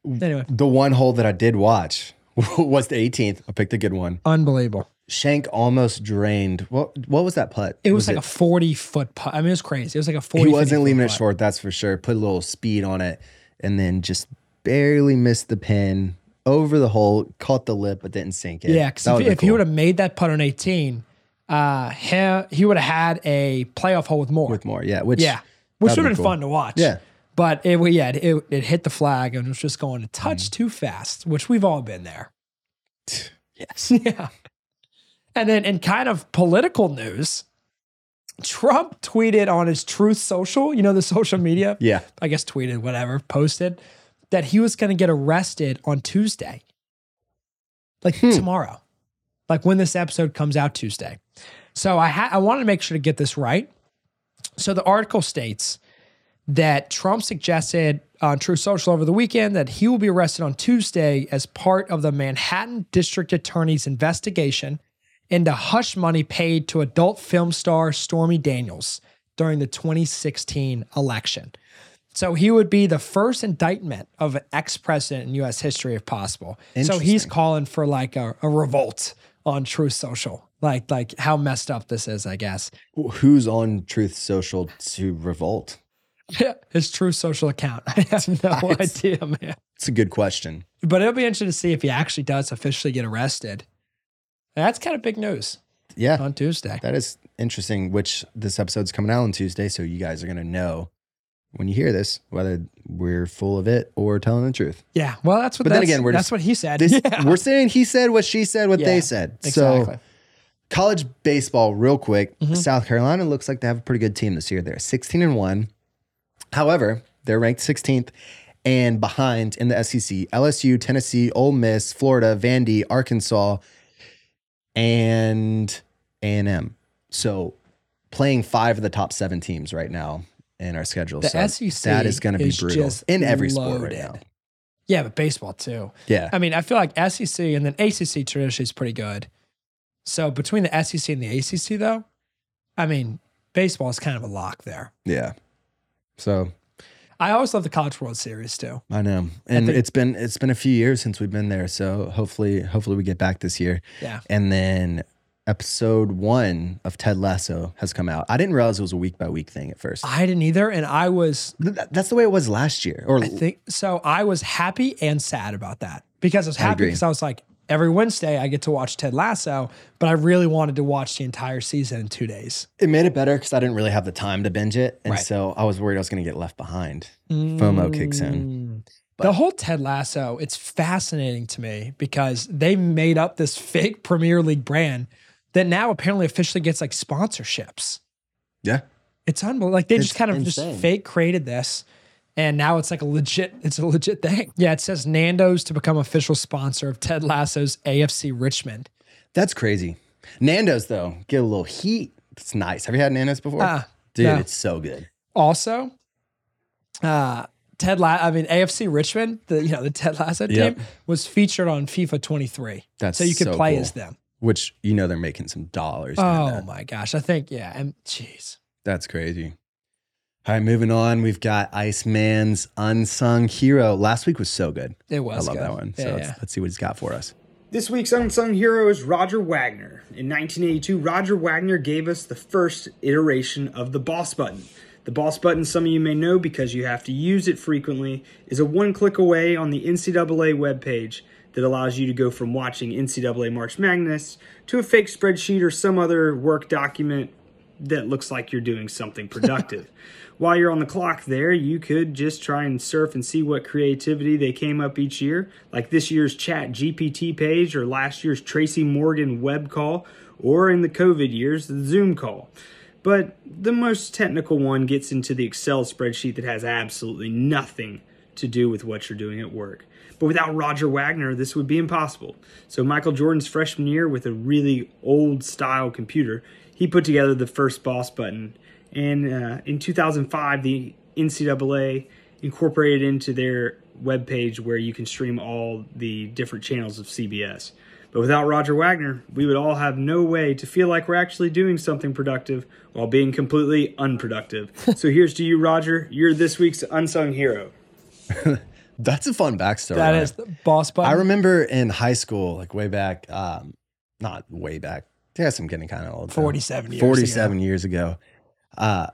S2: anyway,
S1: The one hole that I did watch was the 18th. I picked a good one.
S2: unbelievable.
S1: Shank almost drained. What what was that putt?
S2: It was, like a forty foot putt. I mean, it was crazy. It was like a forty.
S1: he
S2: 50
S1: wasn't
S2: foot
S1: leaving it
S2: putt.
S1: short, that's for sure. Put a little speed on it and then just barely missed the pin over the hole, caught the lip, but didn't sink it.
S2: Yeah, because
S1: That
S2: if,
S1: would've been
S2: if he
S1: cool.
S2: would have made that putt on eighteen, uh, he, he would have had a playoff hole with more.
S1: with more, yeah. Which
S2: yeah, which would
S1: that'd
S2: have
S1: be
S2: been
S1: cool.
S2: fun to watch.
S1: Yeah.
S2: But it, well, yeah, it, it hit the flag and it was just going a touch
S1: Mm-hmm.
S2: too fast, which we've all been there.
S1: yes.
S2: Yeah. And then in kind of political news, Trump tweeted on his Truth Social, you know, the social media,
S1: Yeah.
S2: I guess tweeted, whatever, posted that he was going to get arrested on Tuesday, like
S1: Hmm.
S2: tomorrow, like when this episode comes out Tuesday. So I, ha- I wanted to make sure to get this right. So the article states that Trump suggested on True Social over the weekend that he will be arrested on Tuesday as part of the Manhattan District Attorney's investigation into hush money paid to adult film star Stormy Daniels during the 2016 election. So he would be the first indictment of an ex president in U.S. history, if possible. So he's calling for like a, a revolt on True Social, like like how messed up this is, I guess.
S1: Who's on Truth Social to revolt?
S2: his true social account. I have no
S1: Nice.
S2: idea, man.
S1: It's a good question.
S2: But it'll be interesting to see if he actually does officially get arrested. That's kind of big news
S1: Yeah.
S2: on Tuesday.
S1: That is interesting, which this episode's coming out on Tuesday. So you guys are going to know when you hear this whether we're full of it or telling the truth.
S2: Yeah. Well, that's what.
S1: But then
S2: that's,
S1: again, we're
S2: that's
S1: just-
S2: what he said.
S1: This,
S2: yeah.
S1: We're saying he said what she said, what
S2: Yeah,
S1: they said.
S2: exactly.
S1: So college baseball, real quick.
S2: Mhm.
S1: South Carolina looks like they have a pretty good team this year. They're 16 and 1. However, they're ranked 16th and behind in the E SEC. LSU, Tennessee, Ole Miss, Florida, Vandy, Arkansas, and A&M. So playing five of the top seven teams right now in our schedule.
S2: the
S1: so
S2: SEC
S1: that is going to be
S2: is
S1: brutal
S2: just
S1: in every sport right
S2: loaded.
S1: now.
S2: Yeah, but baseball too.
S1: Yeah.
S2: I mean, I feel like SEC and then ACC traditionally is pretty good. So between the SEC and the ACC, though, I mean, baseball is kind of a lock there.
S1: Yeah. So
S2: I always love the College World Series too.
S1: I know, and
S2: think-
S1: it's been it's been a few years since we've been there. So hopefully, hopefully we get back this year.
S2: Yeah.
S1: And then episode one of Ted Lasso has come out. I didn't realize it was a week by week thing at first.
S2: I didn't either, and I was
S1: Th- th- That's the way it was last year. Or
S2: I think so. I was happy and sad about that because I was happy
S1: agree.
S2: because I was like, every Wednesday I get to watch Ted Lasso, but I really wanted to watch the entire season in two days.
S1: it made it better because I didn't really have the time to binge it, and
S2: Right.
S1: so I was worried I was going to get left behind. FOMO kicks in.
S2: Mm. the whole Ted Lasso, it's fascinating to me because they made up this fake Premier League brand that now apparently officially gets like sponsorships.
S1: Yeah.
S2: It's unbelievable. Like they
S1: It's
S2: just kind of
S1: insane.
S2: just fake created this. And now it's like a legit, it's a legit thing. Yeah, it says Nando's to become official sponsor of Ted Lasso's AFC Richmond.
S1: That's crazy. Nando's though get a little heat. It's nice. Have you had Nando's before?
S2: Uh,
S1: Dude,
S2: no.
S1: it's so good.
S2: also, uh, Ted La- I mean AFC Richmond, the you know the Ted Lasso team
S1: Yep.
S2: was featured on FIFA 23.
S1: That's
S2: so you could
S1: so
S2: play
S1: cool.
S2: as them.
S1: Which you know they're making some dollars. doing
S2: Oh
S1: that.
S2: my gosh, I think yeah, and jeez,
S1: That's crazy. All right, moving on. We've got Iceman's unsung hero. Last week was so good.
S2: it
S1: I
S2: was.
S1: love
S2: good.
S1: that one.
S2: Yeah,
S1: so
S2: yeah.
S1: Let's, let's see what he's got for us.
S3: This week's unsung hero is Roger Wagner. In 1982, Roger Wagner gave us the first iteration of the boss button. The boss button, some of you may know because you have to use it frequently, is a one click away on the NCAA webpage that allows you to go from watching NCAA March Madness to a fake spreadsheet or some other work document that looks like you're doing something productive. While you're on the clock there, you could just try and surf and see what creativity they came up each year, like this year's Chat GPT page or last year's Tracy Morgan web call, or in the COVID years, the Zoom call. But the most technical one gets into the Excel spreadsheet that has absolutely nothing to do with what you're doing at work. But without Roger Wagner, this would be impossible. So, Michael Jordan's freshman year with a really old style computer, he put together the first boss button. And uh, in 2005, the NCAA incorporated into their webpage where you can stream all the different channels of CBS. But without Roger Wagner, we would all have no way to feel like we're actually doing something productive while being completely unproductive. so here's to you, Roger. You're this week's unsung hero.
S1: That's a fun backstory.
S2: That
S1: on
S2: is
S1: it.
S2: the boss button.
S1: I remember in high school, like way back, um, not way back. Yes, I'm getting kind of old. now.
S2: 47 years.
S1: 47 years ago, uh,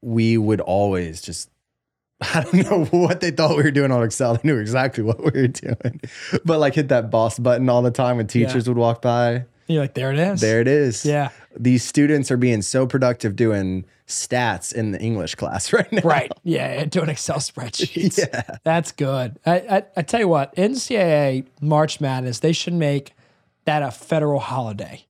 S1: we would always just, I don't know what they thought we were doing on Excel. They knew exactly what we were doing, but like hit that boss button all the time when teachers would walk by.
S2: Ago. You're like, there it is.
S1: There it is.
S2: Yeah.
S1: These students are being so productive doing stats in the English class right now.
S2: Right. Yeah. yeah, Do an Excel spreadsheet.
S1: Yeah.
S2: That's good. I, I, I tell you what, NCAA March Madness, they should make that a federal holiday.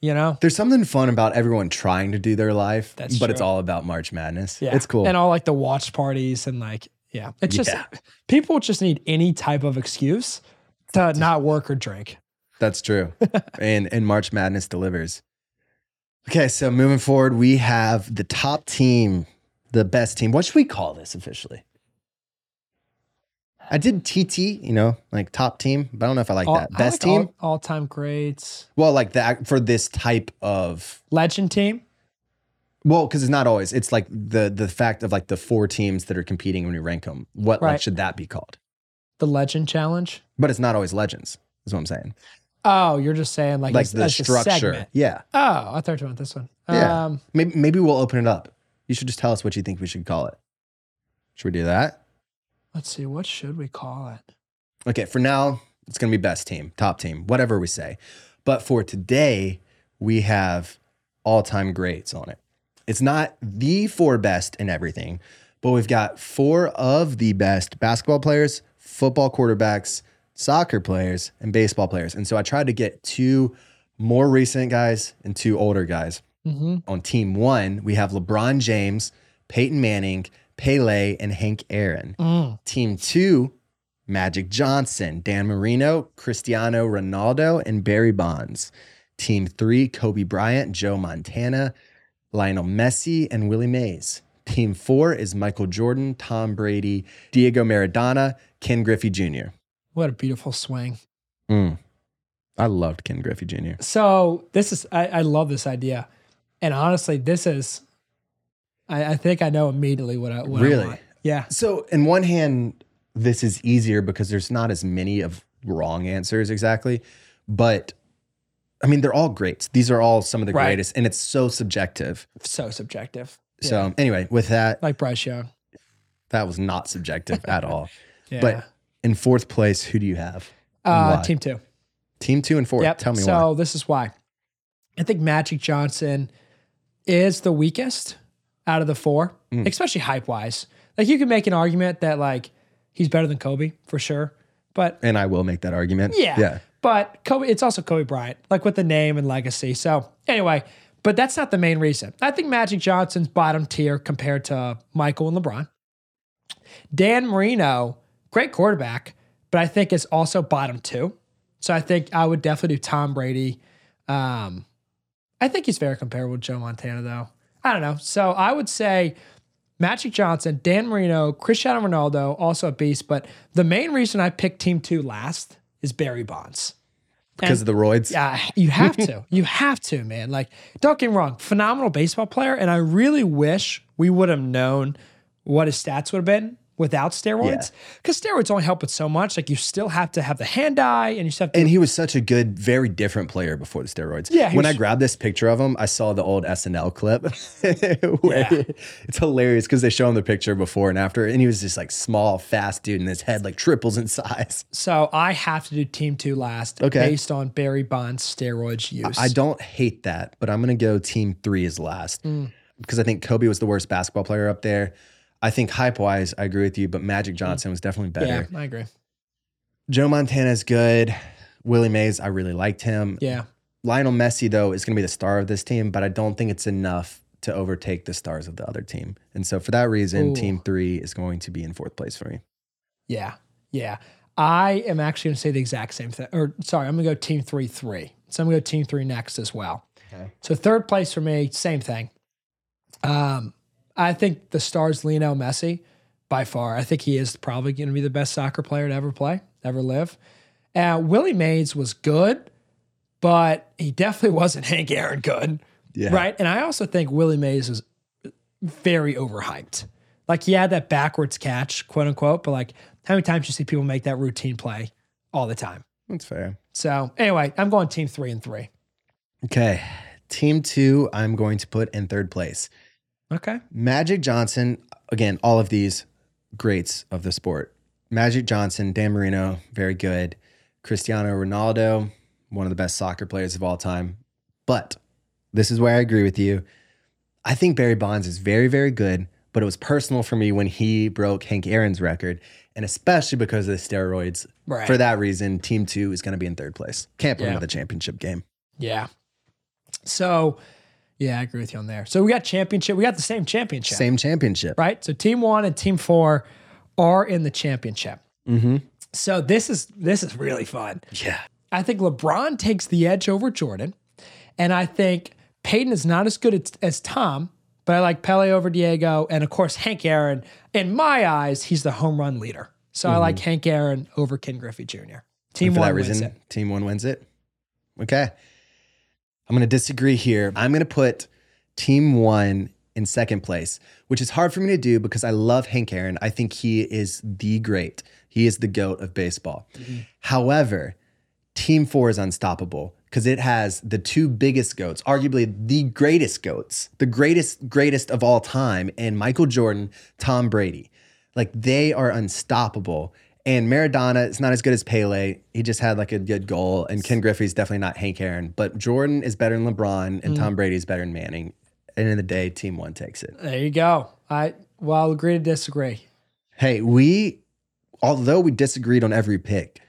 S2: You know?
S1: There's something fun about everyone trying to do their life,
S2: That's
S1: but it's
S2: true.
S1: all about March Madness.
S2: Yeah.
S1: It's cool.
S2: And all like the watch parties and like, yeah. It's just
S1: Yeah.
S2: people just need any type of excuse to not work or drink.
S1: That's true. and and March Madness delivers. Okay, so moving forward, we have the top team, the best team. What should we call this officially? I did TT, you know, like top team, but I don't know if I like
S2: All-
S1: that.
S2: Oh, I
S1: Best
S2: like all-
S1: team?
S2: all-time greats,
S1: well, like that for this type of
S2: legend team.
S1: well, because it's not always. It's like the the fact of like the four teams that are competing when you rank them. What like
S2: Right.
S1: should that be called?
S2: the legend challenge.
S1: But it's not always legends. Is what I'm saying.
S2: Oh, you're just saying like,
S1: Like
S2: as-
S1: the
S2: as a
S1: structure.
S2: segment.
S1: Yeah.
S2: Oh, I thought you meant this one.
S1: Yeah.
S2: Um,
S1: Maybe, maybe we'll open it up. You should just tell us what you think we should call it. Should we do that?
S2: let's see, what should we call it?
S1: Okay, for now, it's going to be best team, top team, whatever we say. But for today, we have all time greats on it. It's not the four best in everything, but we've got four of the best basketball players, football quarterbacks, soccer players, and baseball players. And so I tried to get two more recent guys and two older guys
S2: hmm
S1: on team one, we have LeBron James, Peyton Manning, Pele, and Hank Aaron.
S2: Mm.
S1: Team two, Magic Johnson, Dan Marino, Cristiano Ronaldo, and Barry Bonds. Team three, Kobe Bryant, Joe Montana, Lionel Messi, and Willie Mays. Team four is Michael Jordan, Tom Brady, Diego Maradona, Ken Griffey Jr.
S2: What a beautiful swing.
S1: Mm. I loved Ken Griffey Jr.
S2: So this is, I, I love this idea, and honestly, this is, I, I think I know immediately what I what I
S1: Really?
S2: want. Yeah.
S1: So, in one hand, this is easier because there's not as many of wrong answers exactly, but I mean, they're all greats. These are all some of the
S2: Right.
S1: greatest, and it's so subjective.
S2: So subjective. Yeah.
S1: So, anyway, with that,
S2: like Bryce Young.
S1: that was not subjective at all.
S2: Yeah.
S1: But in fourth place, who do you have?
S2: uh,
S1: why?
S2: team two.
S1: Team two and four. Tell me
S2: so
S1: why.
S2: this is why. I think Magic Johnson is the weakest out of the four,
S1: Mm.
S2: especially hype wise. Like you can make an argument that like he's better than Kobe for sure, but
S1: And I will make that argument.
S2: yeah,
S1: Yeah.
S2: But Kobe, it's also Kobe Bryant, like with the name and legacy. So anyway, but that's not the main reason. I think Magic Johnson's bottom tier compared to Michael and LeBron. Dan Marino, great quarterback, but I think is also bottom two. So I think I would definitely do Tom Brady. Um, I think he's very comparable with Joe Montana, though. I don't know. So I would say Magic Johnson, Dan Marino, Cristiano Ronaldo, also a beast. But the main reason I picked Team Two last is Barry Bonds.
S1: Because of the roids.
S2: Yeah, you have to. you have to, man. Like, don't get me wrong, phenomenal baseball player. And I really wish we would have known what his stats would have been without steroids because steroids only help with so much. Like you still have to have the hand eye and you still have to.
S1: And he was such a good, very different player before the steroids.
S2: Yeah, he
S1: When
S2: was-
S1: I grabbed this picture of him, I saw the old SNL clip. where It's hilarious because they show him the picture before and after, and he was just like small, fast dude, and his head like triples in size.
S2: so I have to do team two last
S1: Okay.
S2: based on Barry Bonds' steroids use.
S1: I don't hate that, but I'm gonna go team three is last
S2: Mm.
S1: because I think Kobe was the worst basketball player up there. I think hype wise, I agree with you, but Magic Johnson was definitely better.
S2: Mm. yeah, I agree.
S1: Joe Montana's good. Willie Mays, I really liked him.
S2: Yeah.
S1: Lionel Messi, though, is going to be the star of this team, but I don't think it's enough to overtake the stars of the other team. And so for that reason,
S2: Ooh.
S1: team three is going to be in fourth place for me.
S2: Yeah. Yeah. I am actually going to say the exact same thing. Or sorry, I'm going to go team three, three. So I'm going to go team three next as well.
S1: Okay.
S2: So third place for me, same thing. Um, I think the stars Lionel Messi by far. I think he is probably going to be the best soccer player to ever play, ever live. Uh, Willie Mays was good, but he definitely wasn't Hank Aaron good.
S1: Yeah.
S2: Right. And I also think Willie Mays was very overhyped. Like he had that backwards catch, quote unquote, but like how many times you see people make that routine play all the time?
S1: That's fair.
S2: So anyway, I'm going team three and three.
S1: Okay. Team two, I'm going to put in third place.
S2: Okay.
S1: Magic Johnson, again, all of these greats of the sport. Magic Johnson, Dan Marino, very good. Cristiano Ronaldo, one of the best soccer players of all time. But this is where I agree with you. I think Barry Bonds is very, very good, but it was personal for me when he broke Hank Aaron's record, and especially because of the steroids.
S2: Right.
S1: For that reason, Team Two is going to be in third place. Can't put him
S2: Yeah.
S1: in the championship game.
S2: Yeah. So yeah, I agree with you on there. So we got championship. We got the same championship.
S1: Same championship.
S2: Right. So team one and team four are in the championship.
S1: Mm-hmm.
S2: So this is this is really fun.
S1: Yeah.
S2: I think LeBron takes the edge over Jordan. And I think Peyton is not as good as, as Tom, but I like Pele over Diego. And of course, Hank Aaron, in my eyes, he's the home run leader. So I like Hank Aaron over Ken Griffey Jr. Team
S1: Mm-hmm. And for
S2: one
S1: that
S2: wins
S1: reason,
S2: it.
S1: team one wins it. Okay. I'm going to disagree here. I'm going to put team one in second place, which is hard for me to do because I love Hank Aaron. I think he is the great, he is the goat of baseball.
S2: Mm-hmm.
S1: However, team four is unstoppable because it has the two biggest goats, arguably the greatest goats, the greatest, greatest of all time, and Michael Jordan, Tom Brady. Like they are unstoppable. And Maradona is not as good as Pele. He just had like a good goal. And Ken Griffey's definitely not Hank Aaron, but Jordan is better than LeBron, and Tom Brady is better than Manning. And in the day, team one takes it.
S2: There you go. I well, I'll agree to disagree.
S1: Hey, we, although we disagreed on every pick,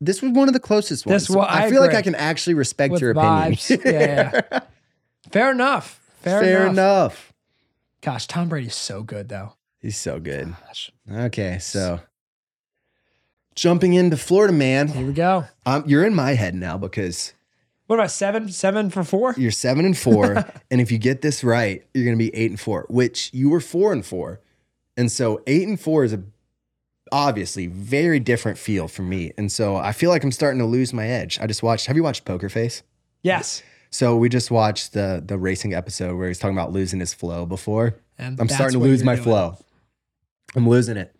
S1: this was one of the closest ones.
S2: This wa-
S1: I,
S2: I
S1: feel like
S2: agree.
S1: I can actually respect
S2: With
S1: your
S2: vibes.
S1: opinion.
S2: Yeah, Fair enough. Fair,
S1: Fair
S2: enough.
S1: enough.
S2: Gosh, Tom Brady's so good though.
S1: He's so good.
S2: Gosh.
S1: Okay, so jumping into Florida man,
S2: Here we go.
S1: um, you're in my head now because
S2: What about seven? Seven for four?
S1: you're seven and four, and if you get this right, you're gonna be eight and four, which you were four and four, and so eight and four is a obviously very different feel for me, and so I feel like I'm starting to lose my edge. I just watched. Have you watched Poker Face?
S2: Yes.
S1: So we just watched the the racing episode where he's talking about losing his flow before.
S2: And
S1: I'm
S2: that's
S1: starting to
S2: what
S1: lose
S2: you're
S1: my
S2: doing.
S1: flow. I'm losing it.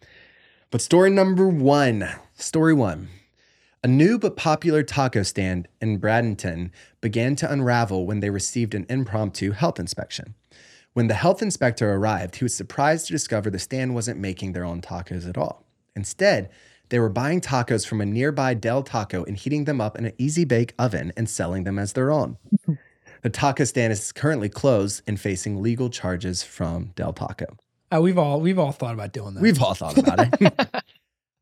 S1: But story number one, story one. A new but popular taco stand in Bradenton began to unravel when they received an impromptu health inspection. When the health inspector arrived, he was surprised to discover the stand wasn't making their own tacos at all. Instead, they were buying tacos from a nearby Del Taco and heating them up in an easy bake oven and selling them as their own. The taco stand is currently closed and facing legal charges from Del Taco.
S2: Oh, we've all we've all thought about doing that.
S1: We've all thought about it.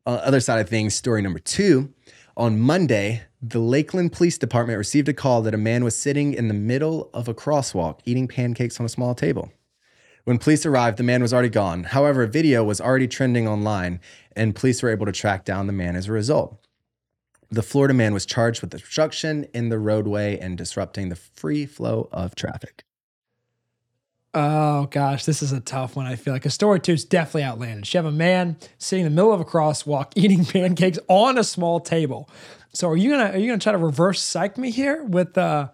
S1: On the other side of things, story number two. On Monday, the Lakeland Police Department received a call that a man was sitting in the middle of a crosswalk eating pancakes on a small table. When police arrived, the man was already gone. However, a video was already trending online, and police were able to track down the man as a result. The Florida man was charged with obstruction in the roadway and disrupting the free flow of traffic.
S2: Oh gosh, this is a tough one. I feel like a story two is definitely outlandish. You have a man sitting in the middle of a crosswalk eating pancakes on a small table. So are you gonna are you gonna try to reverse psych me here with uh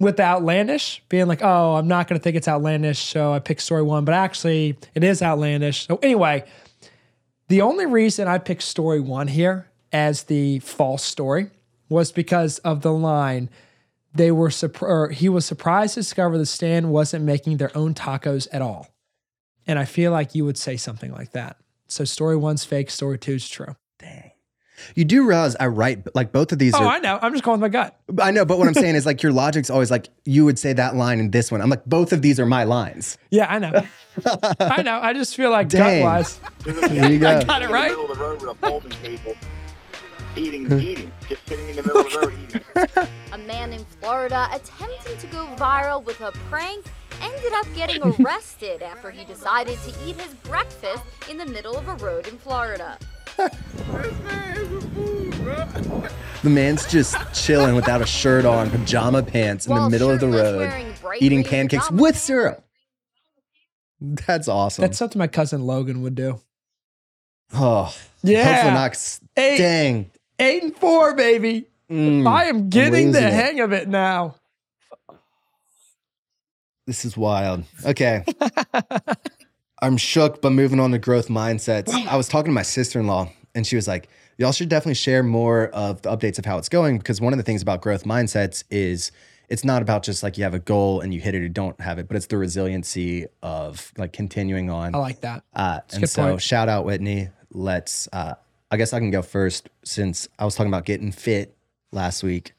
S2: with the outlandish being like, oh, I'm not gonna think it's outlandish, so I picked story one, but actually it is outlandish. So anyway, The only reason I picked story one here as the false story was because of the line they were surp- or he was surprised to discover the stand wasn't making their own tacos at all. And I feel like you would say something like that. So story one's fake, story two's true.
S1: Dang. You do realize I write like both of these
S2: Oh,
S1: are
S2: I know. I'm just going with my gut.
S1: I know, but what I'm saying is like your logic's always like you would say that line and this one. I'm like both of these are my lines.
S2: Yeah, I know. I know. I just feel like
S1: Dang.
S2: gut wise.
S1: There you go.
S2: Got it
S4: in the
S2: right.
S4: middle of the road with a folding table, eating, eating, just sitting in the middle of the road eating.
S5: A man in Florida attempting to go viral with a prank ended up getting arrested after he decided to eat his breakfast in the middle of a road in Florida.
S1: The man's just chilling without a shirt on, pajama pants in the
S5: While
S1: middle of the
S5: shirtless,
S1: road,
S5: wearing bright
S1: eating
S5: green
S1: pancakes
S5: pajamas.
S1: with syrup. That's awesome.
S2: That's something my cousin Logan would do.
S1: oh,
S2: Yeah.
S1: Hopefully not. s-
S2: Eight.
S1: Dang.
S2: Eight and four, baby.
S1: Mm,
S2: I am getting the
S1: losing it.
S2: hang of it now.
S1: this is wild. Okay. I'm shook, but moving on to growth mindsets. I was talking to my sister in law, and she was like, Y'all should definitely share more of the updates of how it's going because one of the things about growth mindsets is it's not about just like you have a goal and you hit it or don't have it, but it's the resiliency of like continuing on.
S2: I like that.
S1: Uh,
S2: a
S1: and
S2: good
S1: so,
S2: point.
S1: shout out Whitney. Let's. Uh, I guess I can go first since I was talking about getting fit last week,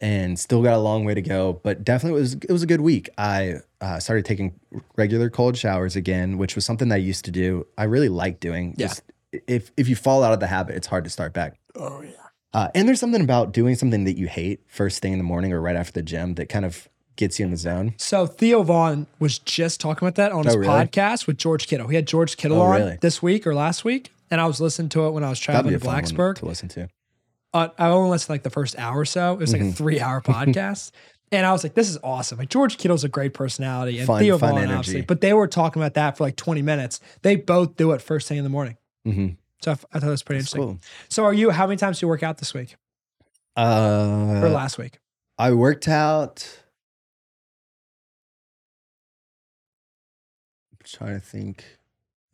S1: and still got a long way to go. But definitely, it was it was a good week. I uh, started taking regular cold showers again, which was something that I used to do. I really like doing.
S2: Yeah.
S1: Just if if you fall out of the habit, it's hard to start back.
S2: Oh yeah.
S1: Uh, and there's something about doing something that you hate first thing in the morning or right after the gym that kind of gets you in the zone.
S2: So Theo Vaughn was just talking about that on
S1: Oh,
S2: his
S1: really?
S2: podcast with George Kittle. He had George Kittle
S1: Oh,
S2: on
S1: really?
S2: this week or last week, and I was listening to it when I was
S1: That'd
S2: traveling
S1: be a
S2: to
S1: fun one
S2: Blacksburg.
S1: to listen to.
S2: uh, I only listened to like the first hour or so. It was
S1: Mm-hmm.
S2: like a three hour podcast. And I was like, this is awesome. Like George Kittle's a great personality and
S1: Fun-
S2: Theo
S1: fun
S2: Vaughn,
S1: energy.
S2: obviously. But they were talking about that for like 20 minutes. They both do it first thing in the morning.
S1: Mm-hmm.
S2: So I, f- I thought it was pretty
S1: That's
S2: interesting.
S1: cool.
S2: So are you, how many times do you work out this week
S1: Uh,
S2: or last week?
S1: I worked out. I'm trying to think.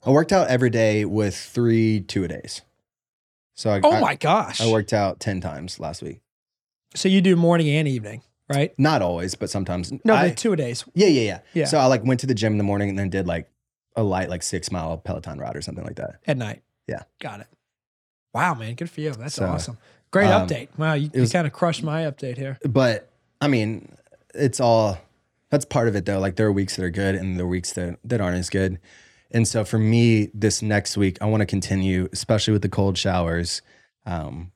S1: I worked out every day with three two a days. So I,
S2: Oh
S1: I,
S2: my gosh.
S1: I worked out 10 times last week.
S2: so you do morning and evening, right?
S1: Not always, but sometimes.
S2: No,
S1: I-
S2: but two a days.
S1: yeah, yeah, yeah,
S2: Yeah.
S1: So I like went to the gym in the morning and then did like a light, like six mile Peloton ride or something like that.
S2: at night.
S1: Yeah.
S2: Got it. Wow, man. Good for you. That's
S1: So, uh,
S2: awesome. Great
S1: um,
S2: update. Wow, you,
S1: it was-
S2: kind of crushed my update here.
S1: But I mean, it's all that's part of it though. Like there are weeks that are good and there are weeks that, that aren't as good. And so for me, this next week, I want to continue, especially with the cold showers, um,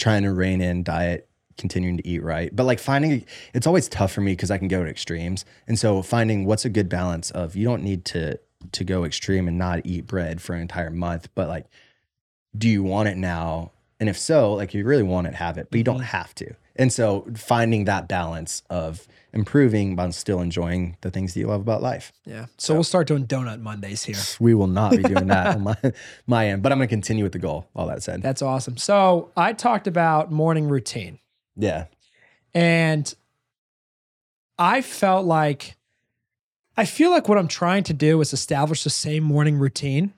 S1: trying to rein in diet, continuing to eat right. But like finding it's always tough for me because I can go to extremes. And so finding what's a good balance of you don't need to to go extreme and not eat bread for an entire month, but like, do you want it now? And if so, like if you really want it, have it, but you don't have to. And so finding that balance of improving but still enjoying the things that you love about life.
S2: Yeah. So we'll start doing donut Mondays here.
S1: We will not be doing that on my, my end, but I'm going to continue with the goal. All that said,
S2: That's awesome. So I talked about morning routine
S1: yeah,
S2: and I felt like I feel like what I'm trying to do is establish the same morning routine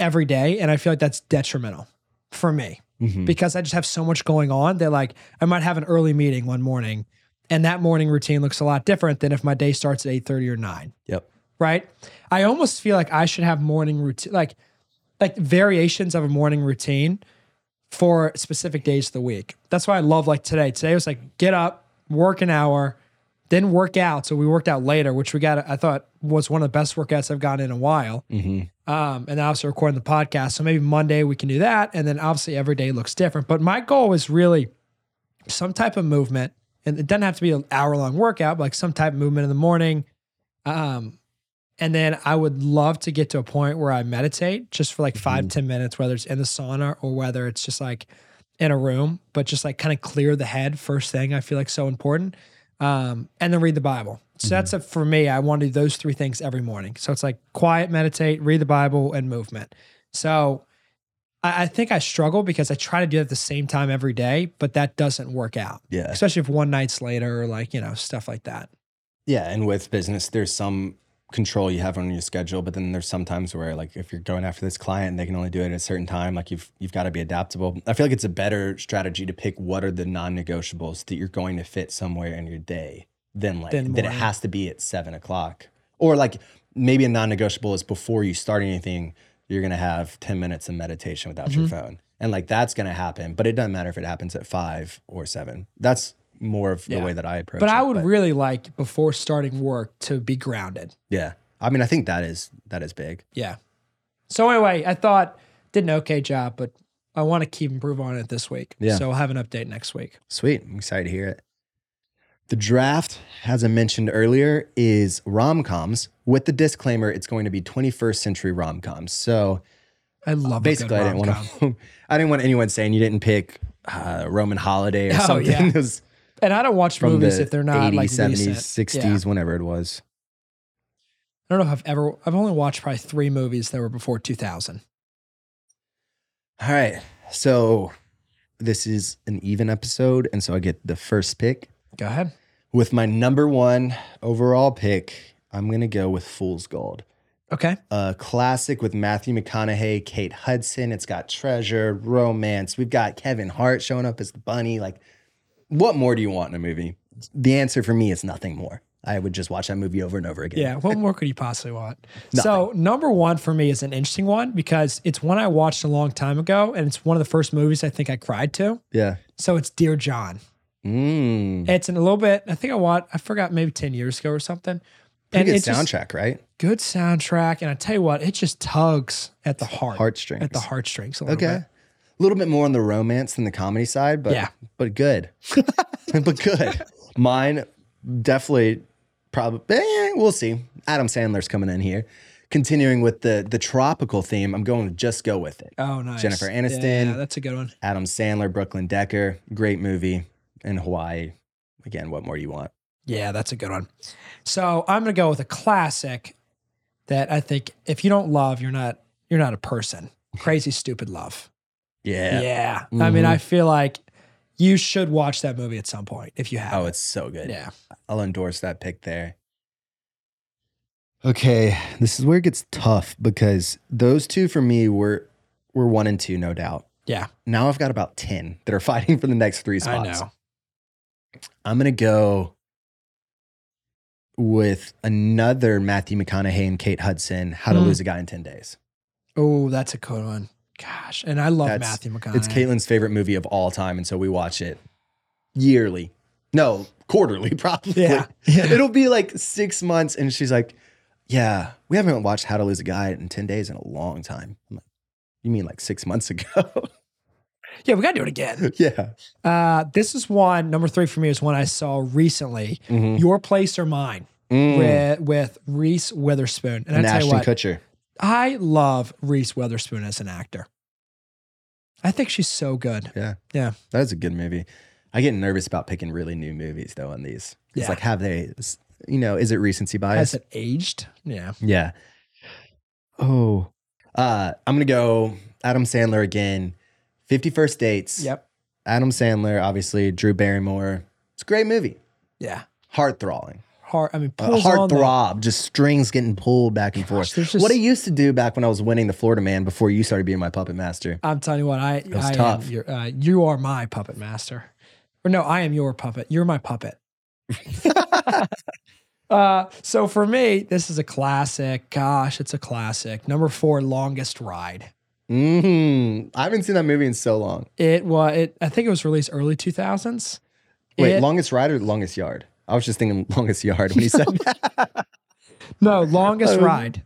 S2: every day. And I feel like that's detrimental for me.
S1: Mhm.
S2: because I just have so much going on that like I might have an early meeting one morning and that morning routine looks a lot different than if my day starts at 8:30 or 9,
S1: yep,
S2: right? I almost feel like I should have morning routine like like variations of a morning routine for specific days of the week. That's why I love like today. Today was like get up, work an hour, then work out. So we worked out later, which we got I thought was one of the best workouts I've gotten in a while.
S1: hmm
S2: Um, and obviously recording the podcast. So maybe Monday we can do that. And then obviously every day looks different. But my goal is really some type of movement. And it doesn't have to be an hour long workout, but like some type of movement in the morning. Um, and then I would love to get to a point where I meditate just for like five, 10 minutes, whether it's in the sauna or whether it's just like in a room, but just like kind of clear the head first thing I feel like so important. Um, and then read the Bible. So that's it for me. I want to do those three things every morning. So it's like quiet, meditate, read the Bible, and movement. So I, I think I struggle because I try to do it at the same time every day, but that doesn't work out.
S1: yeah,
S2: Especially if one night's later or like, you know, stuff like that.
S1: yeah. And with business, there's some control you have on your schedule, but then there's sometimes where like if you're going after this client and they can only do it at a certain time, like you've you've got to be adaptable. I feel like it's a better strategy to pick what are the non-negotiables that you're going to fit somewhere in your day than like
S2: Than
S1: that it
S2: morning.
S1: has to be at seven o'clock. Or like maybe a non-negotiable is before you start anything, you're gonna have 10 minutes of meditation without your
S2: Mm-hmm.
S1: phone. And like that's gonna happen, but it doesn't matter if it happens at five or seven. That's more of the
S2: Yeah.
S1: way that I approach
S2: But
S1: it.
S2: I would really like before starting work to be grounded.
S1: yeah. I mean, I think that is that is big.
S2: Yeah. So anyway, I thought did an okay job, but I want to keep improve on it this week.
S1: Yeah.
S2: So I'll have an update next week.
S1: Sweet. I'm excited to hear it. The draft, as I mentioned earlier, is rom coms with the disclaimer it's going to be 21st century rom coms. So
S2: I love
S1: Uh, basically, I didn't want to, I didn't want anyone saying you didn't pick uh, Roman Holiday or
S2: Oh,
S1: something
S2: yeah.
S1: that was
S2: and I don't watch
S1: from
S2: movies
S1: the
S2: if they're not
S1: 80s,
S2: like
S1: 70s,
S2: recent.
S1: 60s,
S2: Yeah.
S1: whenever it was.
S2: I don't know if I've ever. I've only watched probably three movies that were before 2000.
S1: All right. So this is an even episode. And so I get the first pick.
S2: Go ahead.
S1: With my number one overall pick, I'm going to go with Fool's Gold.
S2: Okay.
S1: a classic with Matthew McConaughey, Kate Hudson. It's got treasure, romance. We've got Kevin Hart showing up as the bunny. Like, what more do you want in a movie? The answer for me is nothing more. I would just watch that movie over and over again.
S2: Yeah. What more could you possibly want? So number one for me is an interesting one because it's one I watched a long time ago, and it's one of the first movies I think I cried to.
S1: Yeah.
S2: So it's Dear John.
S1: Mm.
S2: It's in a little bit. I think I want. I forgot maybe ten years ago or something.
S1: Pretty good
S2: it's just-
S1: soundtrack, right?
S2: good soundtrack, and I tell you what, it just tugs at the heart,
S1: Heartstrings.
S2: at the heartstrings. A little
S1: Okay.
S2: bit.
S1: A little bit more on the romance than the comedy side, but
S2: Yeah.
S1: but good. but good. Mine definitely probably we'll see. Adam Sandler's coming in here. Continuing with the the tropical theme, I'm going to just go with it.
S2: Oh, nice.
S1: Jennifer
S2: Yeah,
S1: Aniston.
S2: Yeah, that's a good one.
S1: Adam Sandler, Brooklyn Decker, great movie in Hawaii. Again, what more you want?
S2: Yeah, that's a good one. So I'm gonna go with a classic that I think if you don't love, you're not you're not a person. Crazy stupid love.
S1: Yeah.
S2: Yeah. I mean,
S1: Mhm.
S2: I feel like you should watch that movie at some point if you have.
S1: Oh, it's so good.
S2: yeah.
S1: I'll endorse that pick there. Okay, this is where it gets tough because those two for me were were one and two, no doubt.
S2: Yeah.
S1: Now I've got about ten that are fighting for the next three
S2: I
S1: spots.
S2: know.
S1: I'm gonna go with another Matthew McConaughey and Kate Hudson, How to
S2: Mm.
S1: Lose a Guy in Ten Days.
S2: Oh, that's a good one. Gosh, and I love
S1: That's-
S2: Matthew McConaughey.
S1: It's Caitlin's favorite movie of all time, and so we watch it yearly. No, quarterly, probably.
S2: Yeah.
S1: It'll be like six months, and she's like, "Yeah, we haven't watched How to Lose a Guy in ten days in a long time." I'm like, "You mean like six months ago?"
S2: Yeah, we gotta do it again.
S1: yeah.
S2: Uh, this is one number three for me is one I saw recently.
S1: Mhm.
S2: Your place or mine
S1: Mm.
S2: with with Reese Witherspoon, and,
S1: And
S2: I tell
S1: Ashton
S2: you what,
S1: Kutcher.
S2: I love Reese Witherspoon as an actor. I think she's so good.
S1: Yeah.
S2: Yeah.
S1: That is a good movie. I get nervous about picking really new movies though on these. It's
S2: Yeah.
S1: like, have they? You know, is it recency bias?
S2: Has it aged? Yeah.
S1: Yeah. Oh. Uh, I'm gonna go Adam Sandler again. 51st Dates.
S2: Yep.
S1: Adam Sandler, obviously, Drew Barrymore. It's a great movie.
S2: Yeah.
S1: Heart throbbing.
S2: Heart. I mean,
S1: A
S2: pulls on
S1: heart
S2: the-
S1: throb, just strings getting pulled back and forth.
S2: there's just-
S1: what I used to do back when I was winning the Florida Man before you started being my puppet master.
S2: I'm telling you what, I,
S1: was
S2: I am
S1: tough.
S2: your- uh, you are my puppet master, or no, I am your puppet. You're my puppet. uh, so for me, this is a classic. Gosh, it's a classic. Number four, longest ride.
S1: Mm, I haven't seen that movie in so long.
S2: It was. It, I think it was released early 2000s.
S1: Wait,
S2: It-
S1: longest ride or longest yard? I was just thinking longest yard when he said that.
S2: No, longest
S1: Um,
S2: ride.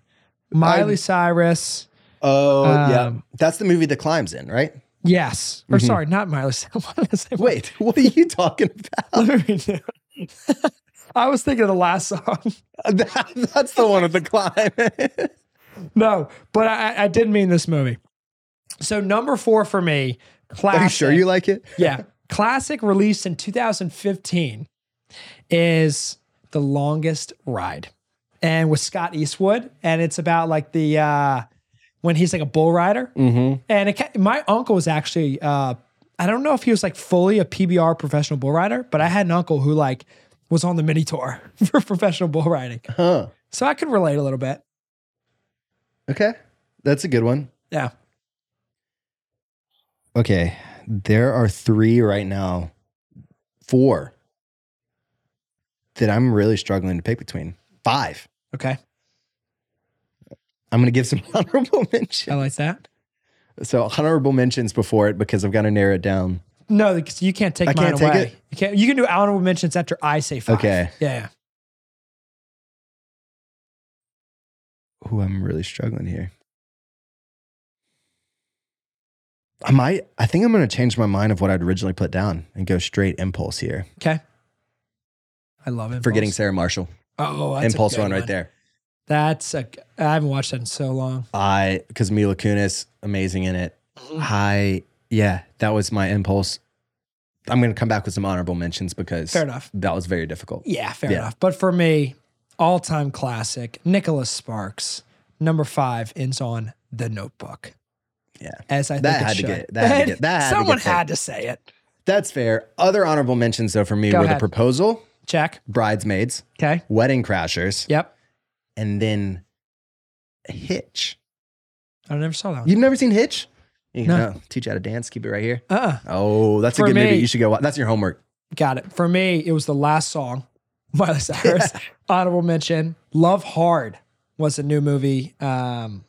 S2: Miley Cyrus.
S1: Oh, yeah.
S2: Um,
S1: That's the movie that climbs in, right?
S2: Yes, or sorry, not Miley Cyrus. Why did I say
S1: Mm-hmm. Wait, what are you talking about?
S2: Miley? I was thinking of the last song.
S1: That- that's the one with the climb.
S2: No, but I, I did mean this movie. So number four for me, classic.
S1: Are you sure you like it?
S2: yeah, classic released in 2015 is the longest ride, and with Scott Eastwood, and it's about like the uh, when he's like a bull rider,
S1: Mm-hmm.
S2: and it, ca- my uncle was actually uh, I don't know if he was like fully a PBR professional bull rider, but I had an uncle who like was on the mini tour for professional bull riding.
S1: Huh.
S2: So I could relate a little bit.
S1: Okay. That's a good one.
S2: Yeah.
S1: Okay. There are three right now, four that I'm really struggling to pick between. Five.
S2: Okay.
S1: I'm going to give some honorable mentions.
S2: I like that.
S1: So, honorable mentions before it because I've got to narrow it down.
S2: No, because you can't take
S1: I
S2: mine
S1: can't take
S2: away.
S1: it?
S2: You can't. You can do honorable mentions after I say five.
S1: Okay.
S2: Yeah.
S1: Ooh, I'm really struggling here. I might, I think I'm going to change my mind of what I'd originally put down and go straight impulse here.
S2: Okay. I love impulse.
S1: Forgetting Sarah Marshall.
S2: Oh, that's a
S1: impulse
S2: good
S1: run right
S2: one.
S1: there.
S2: That's a. I haven't watched that in so long.
S1: I, because Mila Kunis, amazing in it.
S2: Mm-hmm.
S1: I, yeah, that was my impulse. I'm going to come back with some honorable mentions because
S2: Fair enough.
S1: that was very difficult.
S2: Yeah, fair
S1: Yeah.
S2: enough. But for me, all time classic, Nicholas Sparks, number five, ends on The Notebook.
S1: Yeah.
S2: As I
S1: That
S2: think it
S1: had to
S2: should.
S1: get- that had to get- that had to get
S2: Someone
S1: picked.
S2: had to say it.
S1: That's fair. Other honorable mentions, though, for me
S2: Go
S1: were
S2: ahead.
S1: the proposal,
S2: Check.
S1: bridesmaids,
S2: Okay.
S1: wedding crashers,
S2: Yep.
S1: and then Hitch.
S2: I never saw that one.
S1: You've never seen Hitch? You
S2: No.
S1: know, teach you how to dance. Keep it right here.
S2: Uh-uh.
S1: Oh, that's
S2: For
S1: a good
S2: me-
S1: movie. You should go. Watch. That's your homework.
S2: Got it. For me, it was the last song, Miley Cyrus. Honorable mention. Love Hard was a new movie um,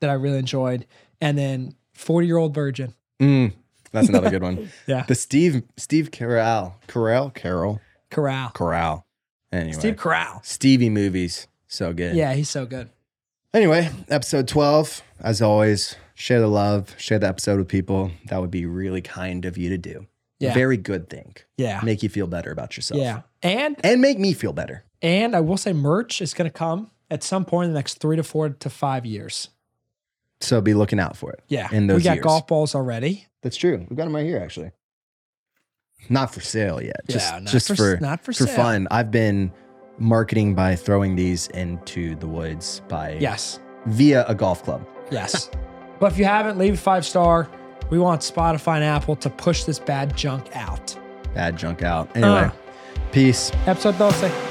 S2: that I really enjoyed. And then 40 Year Old Virgin.
S1: Mm, that's another good one.
S2: Yeah.
S1: The Steve Steve Carell Carell Carroll
S2: Corral.
S1: Corral. Anyway,
S2: Steve Corral.
S1: Stevie movies, so good.
S2: Yeah, he's so good.
S1: Anyway, episode twelve. As always, share the love, share the episode with people. That would be really kind of you to do.
S2: Yeah.
S1: Very good thing.
S2: Yeah.
S1: Make you feel better about yourself.
S2: Yeah. And
S1: And make me feel better.
S2: And I will say merch is going to come at some point in the next three to four to five years.
S1: So be looking out for it.
S2: Yeah.
S1: In those
S2: we got
S1: years.
S2: golf balls already.
S1: That's true. We've got them right here, actually. Not for sale yet. Just,
S2: Yeah, not
S1: just
S2: for
S1: for,
S2: s- not for sale.
S1: fun. I've been marketing by throwing these into the woods by
S2: Yes.
S1: via a golf club.
S2: Yes. but if you haven't, leave a five star. We want Spotify and Apple to push this bad junk out.
S1: Bad junk out. Anyway, peace.
S2: Episode 12.